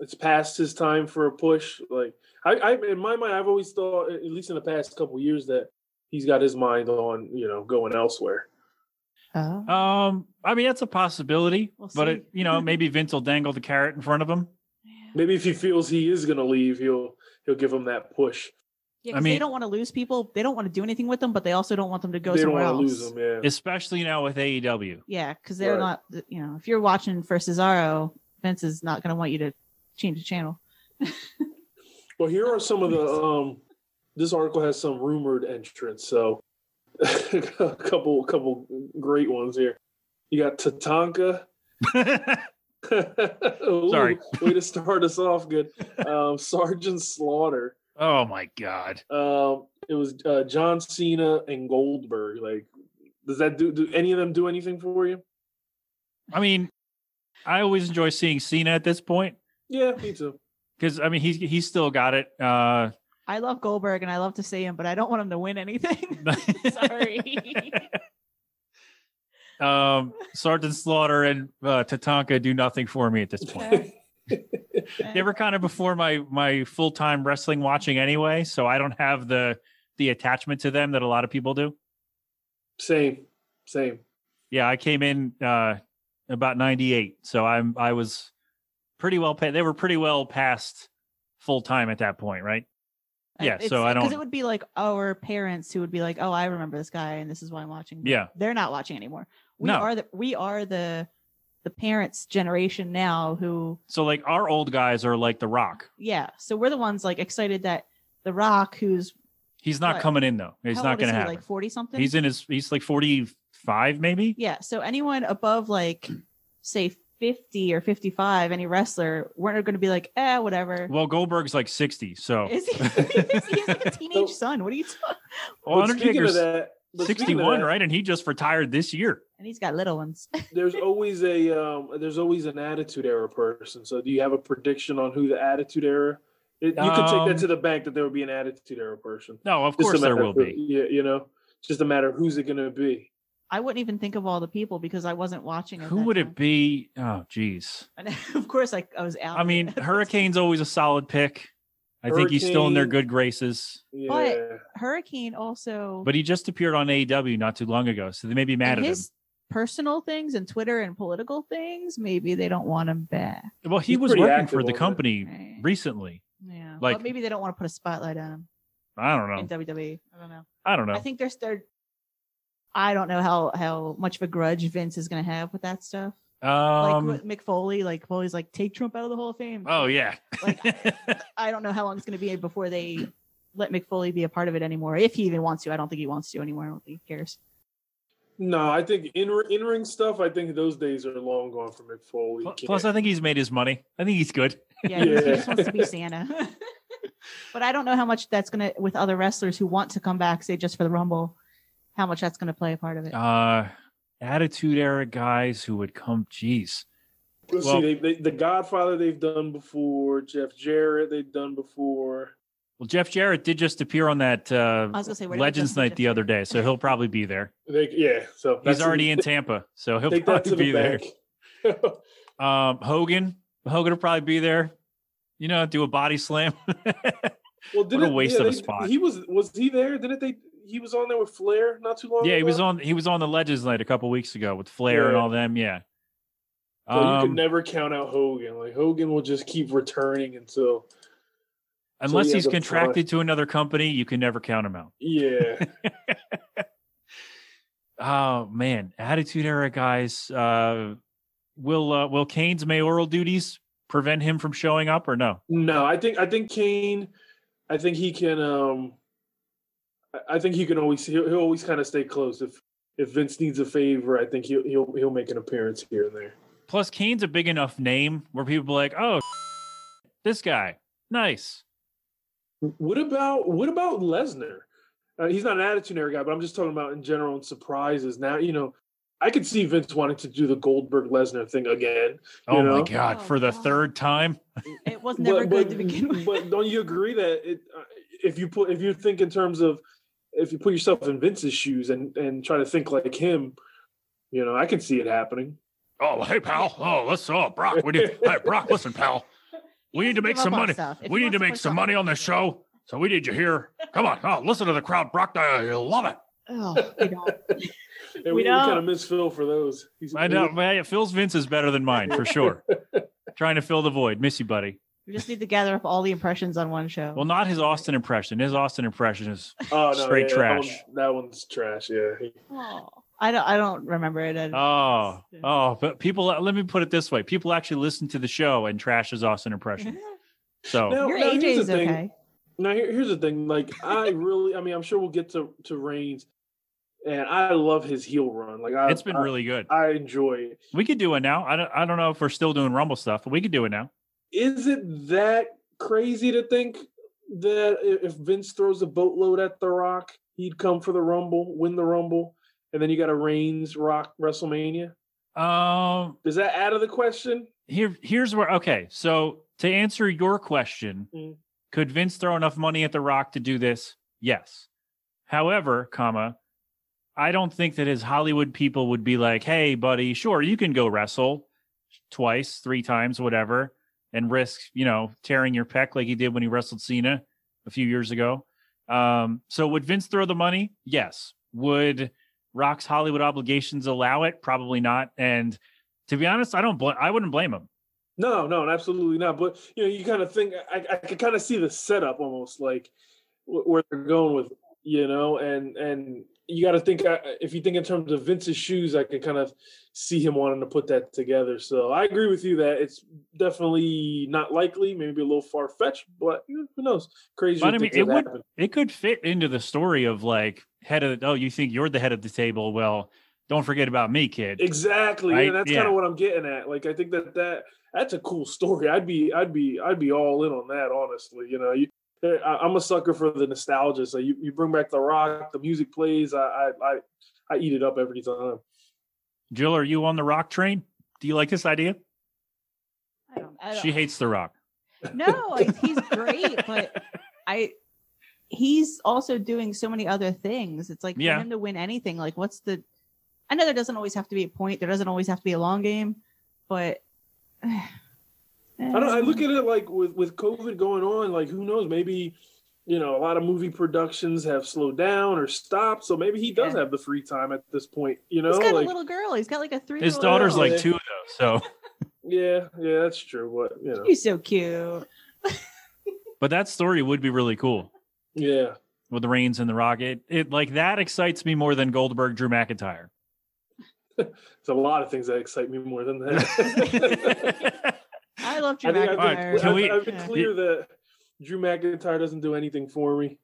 S3: it's past his time for a push? Like I, I in my mind, I've always thought, at least in the past couple years, that he's got his mind on you know going elsewhere.
S11: Um, I mean that's a possibility, but
S3: see.
S11: it, you
S2: *laughs*
S11: know maybe Vince will dangle the carrot in front of him.
S3: Maybe if he feels he is gonna leave, he'll he'll give him that push.
S2: Yeah,
S11: I
S2: 'cause they
S11: mean-
S2: don't want to lose people. They don't want to do anything with them, but they also don't want them to go
S3: they don't
S2: somewhere
S3: want to
S2: else.
S3: lose him. Yeah.
S11: especially now with E AEW.
S2: Yeah, because they're
S3: Right.
S2: not. You know, if you're watching for Cesaro, Vince is not going to want you to change the channel. *laughs*
S3: Well, here are some of the. Um, this article has some rumored entrants, so *laughs* a couple, couple great ones here. You got Tatanka. *laughs* Ooh,
S11: Sorry.
S3: way to start us off good. Um, Sergeant Slaughter.
S11: *laughs* Oh my god.
S3: Um, it was uh, John Cena and Goldberg. Like, does that do, do any of them do anything for you?
S11: I mean, I always enjoy seeing Cena at this point
S3: Yeah, me too.
S11: because I mean he's he's still got it. Uh,
S2: I love Goldberg and I love to see him, but I don't want him to win anything.
S11: *laughs*
S2: *laughs* Sorry.
S11: um, Sergeant Slaughter and uh, Tatanka do nothing for me at this point. they were kind of before my my full time wrestling watching anyway, so I don't have the the attachment to them that a lot of people do.
S3: *laughs* Same, same.
S11: Yeah, I came in uh, about '98, so I'm I was pretty well paid. They were pretty well past full time at that point, right? Yeah, so I
S2: Because it
S11: don't.
S2: would be like our parents who would be like, "Oh, I remember this guy, and this is why I'm watching." But
S11: Yeah.
S2: they're not watching anymore. We
S11: No.
S2: are the we are the the parents generation now who
S11: So like our old guys are like The Rock.
S2: yeah. So we're the ones like excited that The Rock, who's
S11: He's not
S2: What?
S11: coming in though. He's
S2: how
S11: not
S2: old is
S11: going to
S2: he,
S11: happen.
S2: like forty something.
S11: he's in his. He's like forty five, maybe.
S2: Yeah. So anyone above like say 50 or 55, any wrestler, weren't going to be like, eh, whatever.
S11: Well, Goldberg's like sixty, so *laughs*
S2: Is he? is he has like a teenage son. What are you
S3: *laughs*
S2: talking?
S11: Well,
S3: But speaking of
S11: Undertaker's
S3: that, but speaking of
S11: sixty-one,
S3: that-
S11: right? And he just retired this year.
S2: And he's got little ones.
S3: there's always a um, there's always an attitude era person. So do you have a prediction on who the attitude era? It, you could take
S11: Um,
S3: that to the bank that there would be an attitude era person.
S11: No, of
S3: Just a
S11: course there
S3: matter
S11: will
S3: who-
S11: be.
S3: Yeah, you know, just a matter of who's it going to be.
S2: I wouldn't even think of all the people because I wasn't watching it.
S11: Who would it be? Oh, geez.
S2: And *laughs* of course, I, I was out.
S11: I mean,
S2: *laughs*
S11: Hurricane's always a solid pick. I think he's still in their good graces.
S2: But Hurricane also.
S11: But he just appeared on AEW not too long ago, so they may be mad
S2: and
S11: at him.
S2: his personal things and Twitter and political things, maybe they don't want him back.
S11: Well, he
S2: he's
S11: was
S2: pretty
S11: working
S2: active
S11: for
S2: on
S11: the
S2: it.
S11: company recently.
S2: Yeah.
S11: Like-
S2: but maybe they don't want to put a spotlight on him
S11: I don't
S2: in
S11: know.
S2: WWE. I don't know.
S11: I don't know.
S2: I think there's they're. I don't know how how much of a grudge Vince is going to have with that stuff.
S11: um,
S2: like with McFoley, like Foley's like take Trump out of the Hall of Fame.
S11: oh yeah.
S2: I don't know how long it's going to be before they *clears throat* let McFoley be a part of it anymore, if he even wants to. I don't think he wants to anymore. I don't think he cares.
S3: No, I think in in ring stuff. I think those days are long gone for McFoley. He
S11: *laughs* Plus,
S3: can't-
S11: I think he's made his money. I think he's good.
S2: Yeah, he- he just wants
S3: *laughs*
S2: to be *laughs* Santa. but I don't know how much that's going to with other wrestlers who want to come back, say just for the Rumble, how much that's going to play a part of it.
S11: uh, attitude era guys who would come. Jeez.
S3: Let's
S11: Well-
S3: see, they, they, the Godfather they've done before, Jeff Jarrett they've done before.
S11: Well, Jeff Jarrett did just appear on that uh,
S3: I was gonna say, where did we
S11: Legends
S3: just see
S11: Night
S3: Jeff
S11: the other day, so he'll probably
S3: *laughs*
S11: be there.
S3: They, yeah, so
S11: He's already in Tampa, so he'll
S3: Take that to
S11: probably
S3: the
S11: be there.
S3: *laughs*
S11: um, Hogan, Hogan will probably be there. You know, do a body slam. *laughs*
S3: Well,
S11: a
S3: didn't-
S11: waste of a
S3: they-
S11: spot.
S3: He was was he there? Didn't they? He was on there with Flair not too long.
S11: yeah, he was
S3: ago?
S11: on. He was on the Legends Night a couple weeks ago with Flair and
S3: Yeah.
S11: all them. Yeah.
S3: So you
S11: Um,
S3: can never count out Hogan. Like Hogan will just keep returning until
S11: unless
S3: he ends
S11: he's
S3: up drawing.
S11: contracted to another company, you can never count him out. *laughs*
S3: Yeah.
S11: Oh man, Attitude Era guys. Uh, will uh, Will Kane's mayoral duties prevent him from showing up or no?
S3: no, I think I think Kane I think he can. Um, I- I think he can always. He'll, he'll always kind of stay close. If if Vince needs a favor, I think he'll he'll he'll make an appearance here and there.
S11: Plus, Kane's a big enough name where people are like, oh, this guy, nice.
S3: What about what about Lesnar? Uh, he's not an attitude era guy, but I'm just talking about in general and surprises. Now you know, I could see Vince wanting to do the Goldberg Lesnar thing again.
S11: Oh
S3: you
S11: my
S3: know?
S11: God, for the third time.
S2: It was never good
S3: But- but-
S2: to begin with.
S3: But don't you agree that it, uh, if you put if you think in terms of if you put yourself in Vince's shoes and and try to think like him, you know, I can see it happening.
S13: Oh, hey, pal. Oh, let's,
S11: uh,
S13: oh, Brock, we need, hey, Brock, listen, pal. We need to make
S2: give up
S13: some
S2: on
S13: money.
S2: stuff. If
S13: We
S2: he
S13: need to
S2: wants to
S13: make
S2: push
S13: some
S2: on-
S13: money on this show. So we need you here. Come on. Oh, listen to the crowd, Brock. I love
S3: *laughs*
S13: it.
S2: Oh, we don't.
S3: And
S2: We
S3: we,
S2: don't.
S3: kind of miss Phil for those. He's,
S11: I know. uh, Man, Phil's Vince is better than mine,
S3: *laughs*
S11: for sure. Trying to fill the void. Miss you, buddy.
S2: We just need to gather up all the impressions on one show.
S11: Well, not his Austin impression. His Austin impression is
S3: Oh, no,
S11: straight
S3: yeah,
S11: trash.
S3: That, one, that one's trash. Yeah. He-
S2: I don't. I don't remember it. I-
S11: Oh, oh, but people, let me put it this way people actually listen to the show and trash his Austin impression. So,
S3: Now-
S2: Your
S3: now here's
S2: AJ's
S3: the thing.
S2: okay.
S3: Now here, here's the thing. Like
S2: *laughs*
S3: I really, I mean, I'm sure we'll get to to Reigns, and I love his heel run. Like I,
S11: It's been
S3: I-
S11: really good.
S3: I enjoy it.
S11: We could do it now. I don't, I don't know if we're still doing Rumble stuff, but we could do it now.
S3: is it that crazy to think that i- if Vince throws a boatload at The Rock, he'd come for the Rumble, win the Rumble, and then you got a Reigns Rock WrestleMania?
S11: Um,
S3: Is that out of the question?
S11: here, here's where. Okay, so to answer your question,
S3: Mm.
S11: could Vince throw enough money at The Rock to do this? Yes. However, comma, I don't think that his Hollywood people would be like, "Hey, buddy, sure you can go wrestle twice, three times, whatever, and risk you know tearing your pec like he did when he wrestled Cena a few years ago." Um, so would Vince throw the money? Yes. Would Rock's Hollywood obligations allow it? Probably not. And to be honest, I don't. Bl- I wouldn't blame him.
S3: No, no, absolutely not. But you know, you kind of think I, I could kind of see the setup almost like wh- where they're going with, you know, and and you got to think uh, if you think in terms of Vince's shoes, I could kind of see him wanting to put that together. So I agree with you that it's definitely not likely, maybe a little far fetched, but you know, who knows? Crazy.
S11: But I
S3: to
S11: mean,
S3: think
S11: it
S3: that
S11: would.
S3: happened.
S11: It could fit into the story of like head of. Oh, you think you're the head of the table? Well, don't forget about me, kid.
S3: Exactly.
S11: Right?
S3: And that's
S11: Yeah.
S3: kind of what I'm getting at. Like I think that that that's a cool story. I'd be I'd be I'd be all in on that honestly, you know. You eh, I, I'm a sucker for the nostalgia. So you, you bring back the rock, the music plays, I I I, I eat it up every time.
S11: Jill, are you on the Rock train? Do you like this idea?
S2: I don't. I don't
S11: She hates the Rock.
S2: No, like, he's great, but I he's also doing so many other things. It's like
S11: Yeah.
S2: for him to win anything, like what's the I know there doesn't always have to be a point, there doesn't always have to be a long game, but
S3: I don't I look at it like with with COVID going on, like who knows, maybe you know, a lot of movie productions have slowed down or stopped, so maybe he does
S2: Yeah.
S3: have the free time at this point. You know,
S2: he's got
S3: like
S2: a little girl, he's got like a three
S11: His daughter's like
S3: Yeah.
S11: two though, so.
S3: yeah, yeah, that's true. But you know,
S2: He's so cute.
S11: But that story would be really cool
S3: yeah.
S11: with the Reigns and the Rock. It, it like that excites me more than Goldberg,
S3: *laughs*
S11: Drew McIntyre. *laughs*
S3: There's a lot of things that excite me more than that.
S11: *laughs*
S3: *laughs*
S2: I love Drew
S3: I think I've
S2: McIntyre.
S3: been,
S11: Can we-
S3: I've, I've been
S2: Yeah.
S3: clear that Drew McIntyre doesn't do anything for me.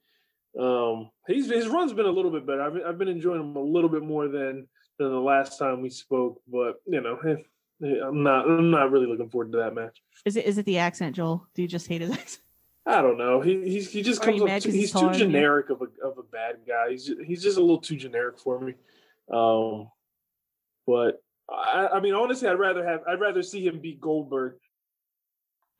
S3: Um, he's his run's been a little bit better. I've been, I've been enjoying him a little bit more than than the last time we spoke. But you know, eh, eh, I'm not I'm not really looking forward to that match.
S2: Is it is it the accent, Joel? Do you just hate his accent?
S3: I don't know. He he's, he just
S2: Are
S3: comes
S2: you mad
S3: up. Too,
S2: 'cause he's
S3: he's too
S2: taller than you?
S3: generic of a of a bad guy. He's just, he's just a little too generic for me. Um, but I, I mean, honestly, I'd rather have I'd rather see him beat Goldberg.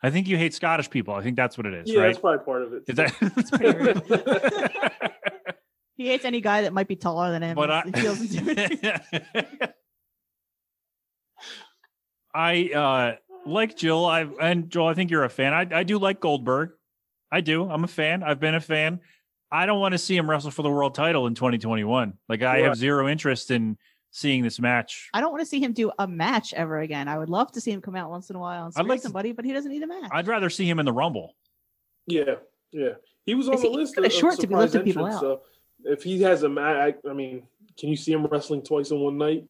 S11: I think you hate Scottish people. I think that's what it is,
S3: yeah,
S11: right?
S3: that's probably part of it.
S2: *laughs*
S11: Is that?
S2: Pretty rude. He hates any guy that might be taller than him.
S11: but I,
S2: He feels intimidated.
S11: *laughs* I uh, like Jill. I and Joel. I think you're a fan. I, I do like Goldberg. I do. I'm a fan. I've been a fan. I don't want to see him wrestle for the world title in 2021. Like I have
S3: Right.
S11: zero interest in seeing this match.
S2: I don't want to see him do a match ever again. I would love to see him come out once in a while and
S11: I'd
S2: scream
S11: like to-
S2: somebody, but he doesn't need a match.
S11: I'd rather see him in the Rumble.
S3: Yeah, yeah. He was
S2: Is
S3: on the
S2: he- he's
S3: list.
S2: kinda
S3: of- of
S2: short to be
S3: surprise
S2: lifting people
S3: entrants,
S2: out.
S3: So if he has a match, I, I mean, can you see him wrestling twice in one night?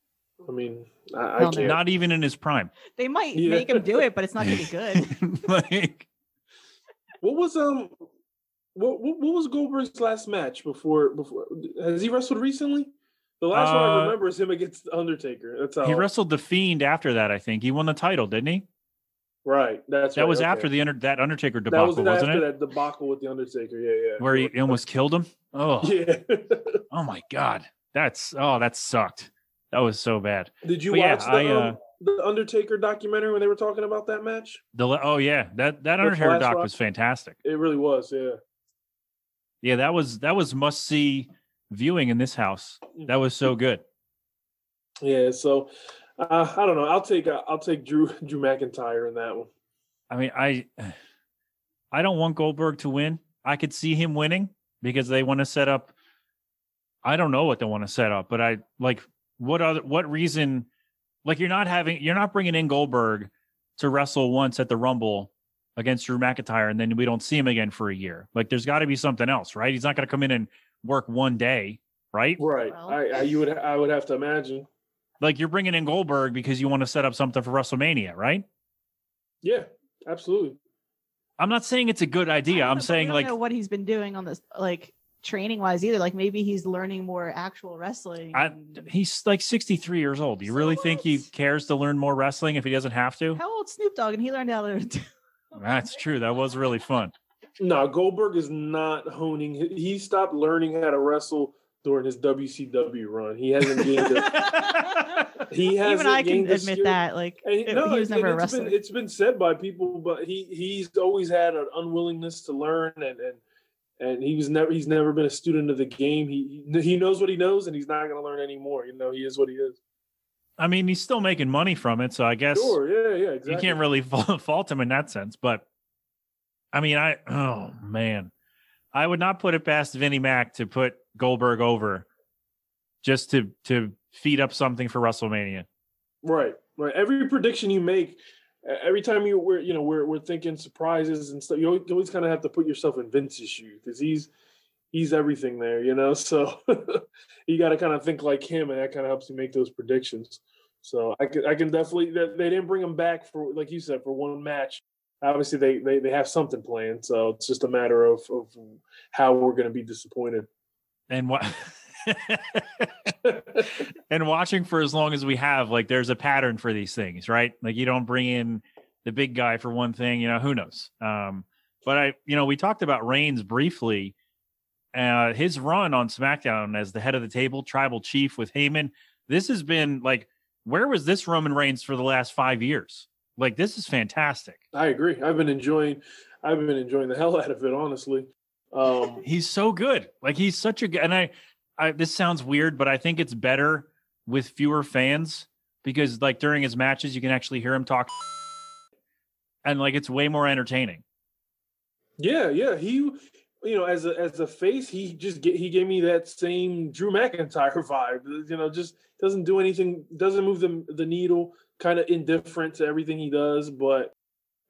S3: I mean, I, I
S2: Hell no.
S3: can't.
S11: Not even in his prime.
S2: They might
S3: Yeah. *laughs*
S11: *laughs*
S2: make him do it, but it's not going to be good.
S11: like
S3: What was um? What, what what was Goldberg's last match before before has he wrestled recently? The last one I
S11: Uh,
S3: remember is him against the Undertaker. That's how
S11: He wrestled the Fiend after that. I think he won the title, didn't he?
S3: Right. That's
S11: that
S3: right,
S11: was
S3: okay.
S11: after the under, that Undertaker
S3: That
S11: debacle,
S3: was
S11: was not
S3: after
S11: it?
S3: that debacle with the Undertaker. Yeah, yeah.
S11: Where he he almost killed him. Oh,
S3: Yeah. *laughs*
S11: oh my God, that's oh that sucked. That was so bad.
S3: Did you
S11: But yeah,
S3: watch
S11: I,
S3: the, um,
S11: uh,
S3: the Undertaker documentary when they were talking about that match?
S11: The le- oh yeah, that that
S3: With
S11: Undertaker
S3: Last
S11: doc
S3: Rock?
S11: was fantastic.
S3: It really was. Yeah.
S11: Yeah, that was that was must see viewing in this house.
S3: Mm.
S11: That was so good.
S3: Yeah. So uh, I don't know. I'll take I'll take Drew *laughs* Drew McIntyre in that one.
S11: I mean, I I don't want Goldberg to win. I could see him winning because they want to set up I don't know what they want to set up, but I like what other what reason like you're not having you're not bringing in Goldberg to wrestle once at the Rumble against Drew McIntyre and then we don't see him again for a year. Like there's got to be something else, right? He's not going to come in and work one day, right?
S3: Right. I, I you would I would have to imagine.
S11: Like you're bringing in Goldberg because you want to set up something for WrestleMania, right?
S3: Yeah. Absolutely.
S11: I'm not saying it's a good idea. I'm
S2: I
S11: saying
S2: don't
S11: like
S2: know what he's been doing on this, like training wise either. Like maybe he's learning more actual wrestling.
S11: I, he's like 63 years old. Do you really think he cares to learn more wrestling if he doesn't have to?
S2: How old Snoop Dogg? And he learned how to.
S11: *laughs* That's true. That was really fun. *laughs*
S3: No, Goldberg is not honing. He he stopped learning how to wrestle during his WCW run. He hasn't
S2: *laughs*
S3: gained. a- he hasn't
S2: Even I can
S3: gained a
S2: admit
S3: skill-
S2: that, like,
S3: And
S2: it- he was
S3: and
S2: never a
S3: it's been-
S2: wrestler.
S3: it's been said by people, but he he's always had an unwillingness to learn, and and and he was never he's never been a student of the game. He he he knows what he knows, and he's not going to learn anymore. You know, he is what he is.
S11: I mean, he's still making money from it, so I guess
S3: Sure, yeah, yeah, exactly.
S11: you can't really *laughs* fa- fault him in that sense. But I mean, I oh man, I would not put it past Vinnie Mac to put Goldberg over just to to feed up something for WrestleMania.
S3: Right, right. Every prediction you make, e- every time you we're you know we're we're thinking surprises and stuff. You always, you always kind of have to put yourself in Vince's shoes because he's he's everything there, you know. *laughs* So you got to kind of think like him, and that kind of helps you make those predictions. So I can I can definitely that they didn't bring him back for like you said for one match. Obviously they they, they have something planned, so it's just a matter of, of how we're going to be disappointed.
S11: and what *laughs* and watching for as long as we have like there's a pattern for these things right like you don't bring in the big guy for one thing you know who knows um but i you know we talked about reigns briefly uh his run on smackdown as the head of the table tribal chief with Heyman this has been like where was this roman reigns for the last 5 years like this is fantastic
S3: I agree. I've been enjoying I've been enjoying the hell out of it, honestly. Um,
S11: he's so good. Like he's such a good. And I, I this sounds weird, but I think it's better with fewer fans because like during his matches, you can actually hear him talk, *laughs* and like it's way more entertaining.
S3: Yeah, yeah. He, you know, as a as a face, he just ga- he gave me that same Drew McIntyre *laughs* vibe. You know, just doesn't do anything, doesn't move the the needle. Kind of indifferent to everything he does, but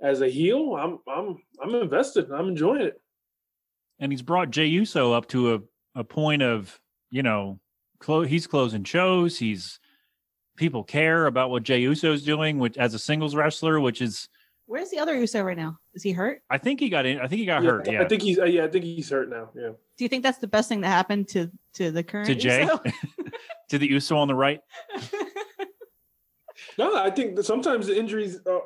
S3: as a heel, I'm I'm I'm invested. I'm enjoying it.
S11: And he's brought Jey Uso up to a a point of you know, clo- he's closing shows. He's people care about what Jey Uso's doing, which as a singles wrestler, which is
S2: Where's the other Uso right now? Is he hurt?
S11: I think he got in. I think he got
S3: Yeah,
S11: hurt.
S3: I
S11: Yeah,
S3: think he's uh, yeah, I think he's hurt now. Yeah,
S2: Do you think that's the best thing that happened to to the current
S11: to Jey,
S2: Uso?
S11: *laughs* to the Uso on the right.
S3: no, I think that sometimes the injuries, are,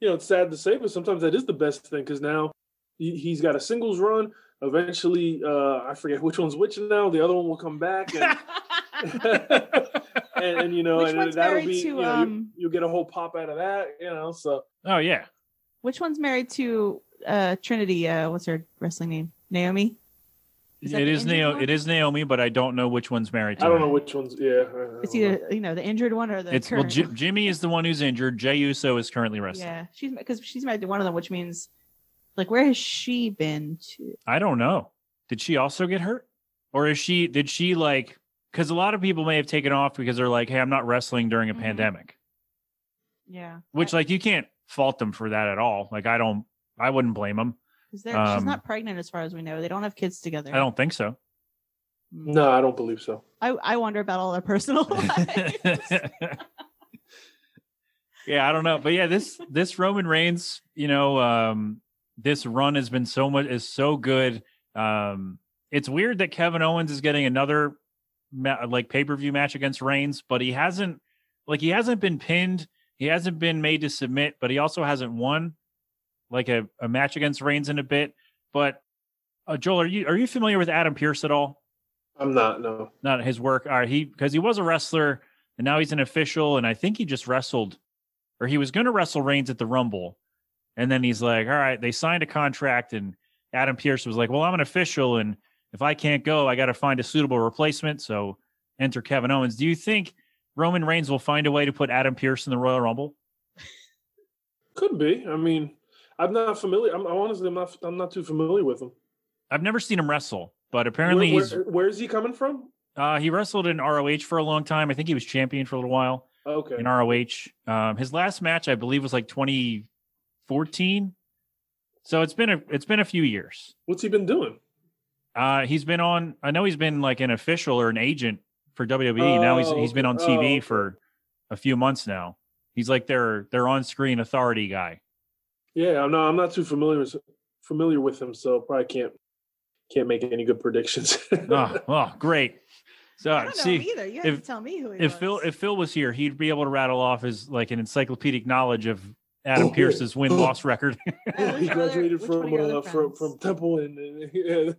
S3: you know, it's sad to say, but sometimes that is the best thing because now he, he's got a singles run. Eventually, uh, I forget which one's which now. The other one will come back. And,
S2: *laughs*
S3: *laughs* and, and, you know,
S2: Which
S3: and
S2: one's
S3: that'll
S2: married
S3: be
S2: to,
S3: you know,
S2: um,
S3: you, will get a whole pop out of that, you know. So
S11: Oh yeah,
S2: Which one's married to uh Trinity? Uh What's her wrestling name? Naomi. Is that
S11: it
S2: the
S11: is
S2: injured
S11: Naomi.
S2: one?
S11: It is Naomi, but I don't know which one's married to.
S3: I don't
S11: her.
S3: know which one's. Yeah, I- I
S2: It's
S3: don't know.
S2: either you know the injured one or the
S11: It's well,
S2: current.
S11: Ji- Jimmy is the one who's injured. Jey Uso is currently wrestling.
S2: yeah, she's because she's married to one of them, which means like where has she been to?
S11: I don't know. Did she also get hurt, or is she? Did she like? Because a lot of people may have taken off because they're like, "Hey, I'm not wrestling during a pandemic,"
S2: Mm-hmm. Yeah,
S11: which like you can't fault them for that at all. Like I don't. I wouldn't blame them.
S2: because she's not pregnant as far as we know. They don't have kids together.
S11: I don't think so.
S3: No, I don't believe so.
S2: I, I wonder about all their personal life.
S11: yeah, I don't know, but yeah, this this Roman Reigns, you know, um, this run has been so much is so good. Um, it's weird that Kevin Owens is getting another ma- like pay per view match against Reigns, but he hasn't like he hasn't been pinned. He hasn't been made to submit, but he also hasn't won like a, a match against Reigns in a bit. But uh, Joel, are you are you familiar with Adam Pierce at all?
S3: I'm not. No,
S11: not his work. All right, he because he was a wrestler and now he's an official, and I think he just wrestled or he was going to wrestle Reigns at the Rumble, and then he's like, "All right, they signed a contract," and Adam Pierce was like, "Well, I'm an official, and if I can't go, I got to find a suitable replacement." So enter Kevin Owens. Do you think Roman Reigns will find a way to put Adam Pierce in the Royal Rumble?
S3: Could be. I mean, I'm not familiar. I'm honestly, I'm not. I'm not too familiar with him.
S11: I've never seen him wrestle, but apparently
S3: Where-
S11: he's
S3: where- where's he coming from?
S11: uh, he wrestled in ROH for a long time. I think he was champion for a little while.
S3: Okay.
S11: in ROH. Um, his last match, I believe, was like 2014. So it's been a it's been a few years.
S3: What's he been doing?
S11: Uh, he's been on. I know he's been like an official or an agent for WWE. now he's
S13: Oh,
S11: he's been on
S13: okay.
S11: TV
S13: Oh,
S11: for a few months now. He's like their their on screen authority
S13: *laughs*
S11: guy.
S3: Yeah, I'm not. I'm not too familiar familiar with him, so probably can't can't make any good predictions.
S11: oh,
S3: *laughs*
S11: oh, great. So
S3: don't know
S11: see,
S3: him either. You have
S11: if,
S3: to tell me who he
S11: if Phil if Phil was here, he'd be able to rattle off his like an encyclopedic knowledge of
S13: Oh,
S11: Adam Pierce's win loss record. *laughs*
S3: he graduated from, uh, from from Temple and, and yeah.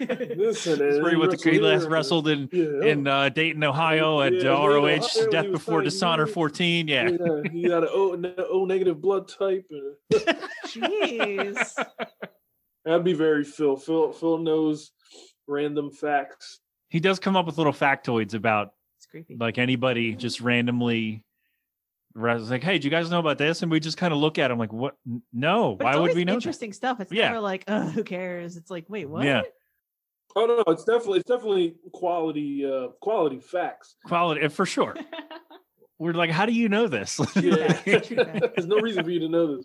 S3: Listen,
S11: That's
S3: and
S11: where he
S3: he
S11: went to he
S3: wrestled
S11: last
S3: here.
S11: wrestled in
S3: Yeah.
S11: in uh, Dayton, Ohio at
S3: Yeah,
S11: uh,
S3: Dayton,
S11: ROH
S3: Ohio,
S11: Death
S3: he was
S11: Before
S3: fighting.
S11: Dishonor 14. Yeah.
S3: yeah, he got an O, ne- o negative blood type. and-
S2: *laughs* Jeez.
S3: That'd be very Phil. Phil Phil knows random facts.
S11: *laughs* He does come up with little factoids about
S2: It's creepy.
S11: like anybody just randomly res- like, hey, do you guys know about this? And we just kind of look at him like, what? N- No,
S2: But
S11: why
S2: it's
S11: would
S2: always
S11: we know? that?
S2: interesting stuff. It's
S11: Yeah.
S2: never like, oh, who cares? It's like, wait, what?
S11: Yeah.
S3: Oh no, it's definitely it's definitely quality uh quality facts.
S11: Quality, eh,
S2: *laughs*
S11: for sure. We're like, how do you know this?
S3: *laughs* There's no reason for you to know this,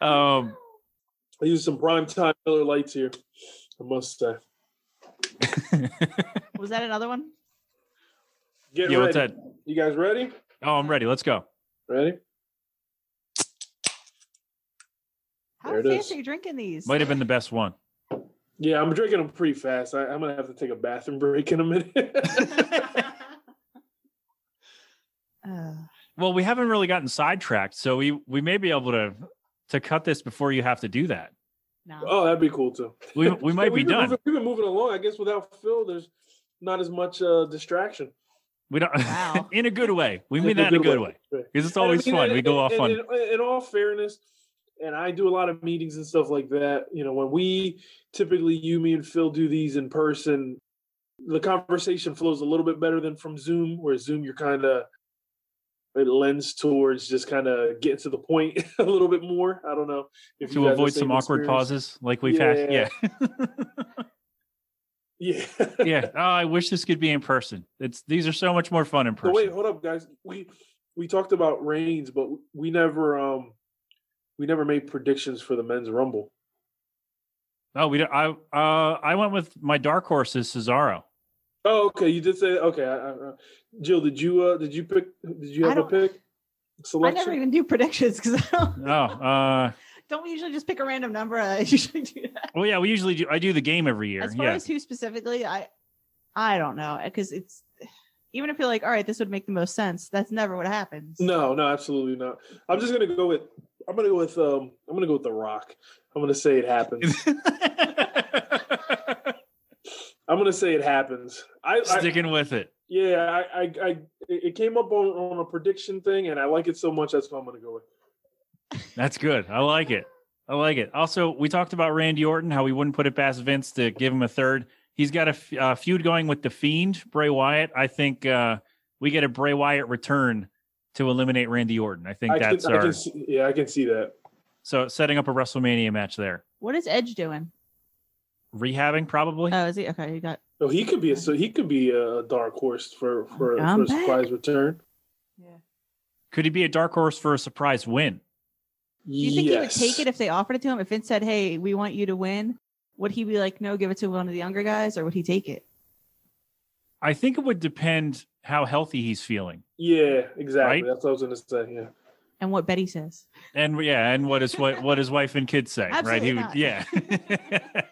S3: but
S11: *laughs* um
S3: I use some prime time Miller lights here. I must
S11: *laughs*
S3: say.
S2: Was that another one?
S3: Get
S11: Yeah,
S3: ready.
S11: what's
S3: You guys ready?
S11: oh, I'm ready. Let's go.
S3: Ready?
S2: How
S3: There it
S2: fancy
S3: is.
S2: are you drinking these?
S11: Might have been the best one.
S3: Yeah, I'm drinking them pretty fast. I, I'm gonna have to take a bathroom break in
S2: *laughs*
S3: a minute. *laughs*
S11: Well, we haven't really gotten sidetracked, so we we may be able to to cut this before you have to do that.
S3: Oh, that'd be cool too. *laughs*
S11: We we
S3: Yeah,
S11: might be
S3: we've been
S11: done.
S3: Moving, we've been moving along. I guess without Phil, there's not as much uh, distraction.
S11: We don't *laughs* in a good way. We mean that in a good way because it's
S3: And I
S11: always
S3: mean,
S11: fun.
S3: and-
S11: we go off
S3: and-
S11: on
S3: and- In, all fairness, and I do a lot of meetings and stuff like that. You know, when we typically you, me, and Phil do these in person, the conversation flows a little bit better than from Zoom, where Zoom you're kind of it lends towards just kind of getting to the point *laughs* a little bit more. I don't know if you
S11: to
S3: guys have the
S11: avoid some
S3: same
S11: awkward
S3: experience.
S11: pauses like we've had. Yeah, *laughs*
S3: yeah, *laughs*
S11: yeah. Oh, I wish this could be in person. It's these are so much more fun in
S3: Oh
S11: person.
S3: wait, hold up, guys. We we talked about Reigns, but we never um we never made predictions for the men's rumble.
S11: Oh, we don't, I uh I went with my dark horse is
S3: *laughs*
S11: Cesaro.
S3: Oh, okay. You did say okay. I, I, I- Jill, did you uh did you pick? Did you
S2: I
S3: have a pick?
S2: I
S3: Selection.
S2: never even do predictions because I don't,
S11: Oh, uh,
S2: don't we usually just pick a random number. I *laughs* usually do that.
S11: well, yeah. We usually do. I do the game every year.
S2: As far
S11: Yeah,
S2: as who specifically, I I don't know because it's even if you're like, all right, this would make the most sense. That's never what happens.
S3: No, no, absolutely not. I'm just gonna go with. I'm gonna go with. Um, I'm gonna go with The Rock. I'm gonna say it happens.
S11: *laughs*
S2: *laughs*
S3: I'm gonna say it happens. I, I
S11: sticking with it.
S3: yeah. I, I I it came up on on a prediction thing, and I like it so much. That's what I'm gonna go with.
S11: That's good. I like it. I like it. Also, we talked about Randy Orton, how we wouldn't put it past Vince to give him a third. He's got a f- uh, feud going with the Fiend, Bray Wyatt. I think uh, we get a Bray Wyatt return to eliminate Randy Orton. I think
S3: I
S11: that's
S3: can, I
S11: our
S3: can see, yeah. I can see that.
S11: so setting up a WrestleMania match there.
S2: What is Edge doing?
S11: Rehabbing probably.
S2: Oh, is he okay? You got
S3: Oh, he could be a so he could be a dark horse for for,
S2: I'm
S3: for a
S2: back.
S3: surprise return.
S11: Could he be a dark horse for a surprise win?
S2: Do you think he would take it if they offered it to him? If Vince said, "Hey, we want you to win," would he be like, "No, give it to one of the younger guys," or would he take it?
S11: I think it would depend how healthy he's feeling.
S3: Yeah, exactly.
S11: Right?
S3: That's what I was gonna say. Yeah.
S2: and what Betty says.
S11: And yeah, and what is what what his wife and kids say, right?
S2: Absolutely
S11: He would,
S2: not.
S11: yeah. *laughs*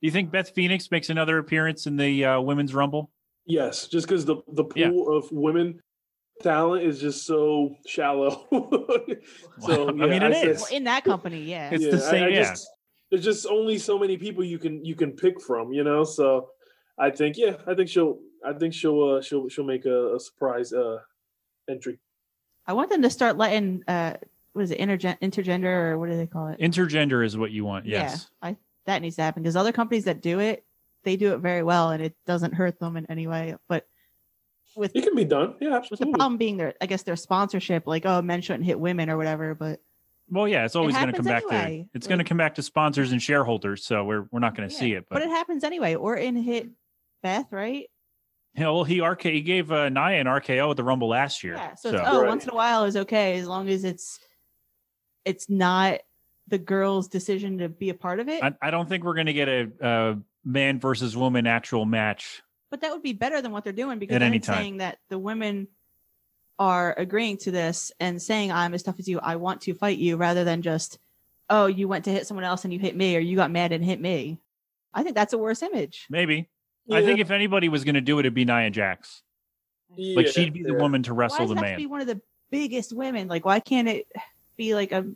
S11: Do you think Beth Phoenix makes another appearance in the uh, women's rumble?
S3: Yes, just because the the pool of women talent is just so shallow. *laughs* so
S11: I mean, it
S3: it is.
S11: is.
S2: Well, in that company, yeah.
S11: It's the same- yeah.
S3: just, there's just only so many people you can you can pick from, you know. So I think, yeah, I think she'll, I think she'll, uh, she'll, she'll make a, a surprise uh, entry.
S2: I want them to start letting uh what is it intergen- intergender or what do they call it?
S11: Intergender is what you want. Yes.
S2: Yeah, I that needs to happen because other companies that do it, they do it very well and it doesn't hurt them in any way. But with
S3: it can be done, yeah,
S2: absolutely. With the problem being their, I guess their sponsorship, like oh, men shouldn't hit women or whatever. But
S11: Well, yeah, it's always going to come
S2: happens
S11: back
S2: anyway.
S11: to it's going to come back to sponsors and shareholders. So we're we're not going to see it.
S2: but
S11: But,
S2: it happens anyway. Orton hit Beth, right?
S11: yeah, well, he RK he gave uh, Nia an RKO at the Rumble last year.
S2: Yeah. So, it's, oh, once in a while is okay as long as it's it's not the girl's decision to be a part of it.
S11: I, I don't think we're going to get a, uh man versus woman actual match.
S2: But that would be better than what they're doing because
S11: At
S2: then
S11: any
S2: it's
S11: time.
S2: saying that the women are agreeing to this and saying, I'm as tough as you, I want to fight you, rather than just, oh, you went to hit someone else and you hit me, or you got mad and hit me. I think that's a worse image.
S11: Maybe. I think if anybody was going to do it, it'd be Nia Jax. Like
S2: Yeah,
S11: she'd be the
S2: yeah.
S11: woman to
S2: why
S11: wrestle
S2: does
S11: the
S2: it have to
S11: man.
S2: be one of the biggest women? Like, why can't it be like a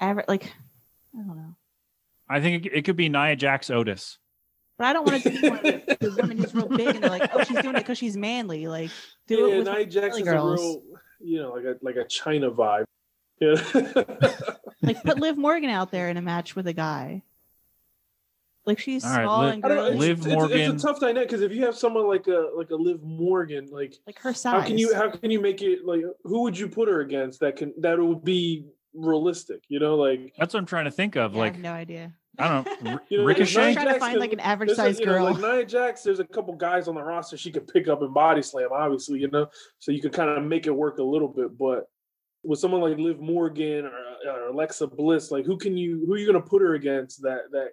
S2: average, like, I don't know.
S11: I think it, it could be Nia Jax Otis.
S2: But I don't want it to be one of the, the women who's real big and they're like, oh, she's doing it because she's manly. Like, do
S3: yeah,
S2: it with
S3: Nia
S2: like,
S3: Jax
S2: girly
S3: is
S2: girls.
S3: a real, you know, like a like a China vibe. *laughs* Yeah.
S2: Like put Liv Morgan out there in a match with a guy. Like she's
S11: All right,
S2: small
S11: Liv-
S2: and
S3: I don't know,
S2: girly.
S3: it's-
S11: Liv
S3: it's, it's- It's,
S11: Morgan.
S3: a tough dynamic because if you have someone like a like a Liv Morgan, like
S2: like her size.
S3: how can you how can you make it like who would you put her against that can that would be realistic? You know, like
S11: That's what I'm trying to think of.
S2: I
S11: like
S2: have no idea. *laughs*
S11: I don't know,
S3: you know, like
S11: Ricochet.
S3: Nia
S2: Trying to
S3: Jax
S2: find,
S3: can-
S2: like, an average
S3: there's a-
S2: size
S3: you know,
S2: girl.
S3: Like Nia Jax, there's a couple guys on the roster she could pick up and body slam. Obviously, you know, so you can kind of make it work a little bit, but. With someone like Liv Morgan or, or Alexa Bliss, like who can you who are you going to put her against that that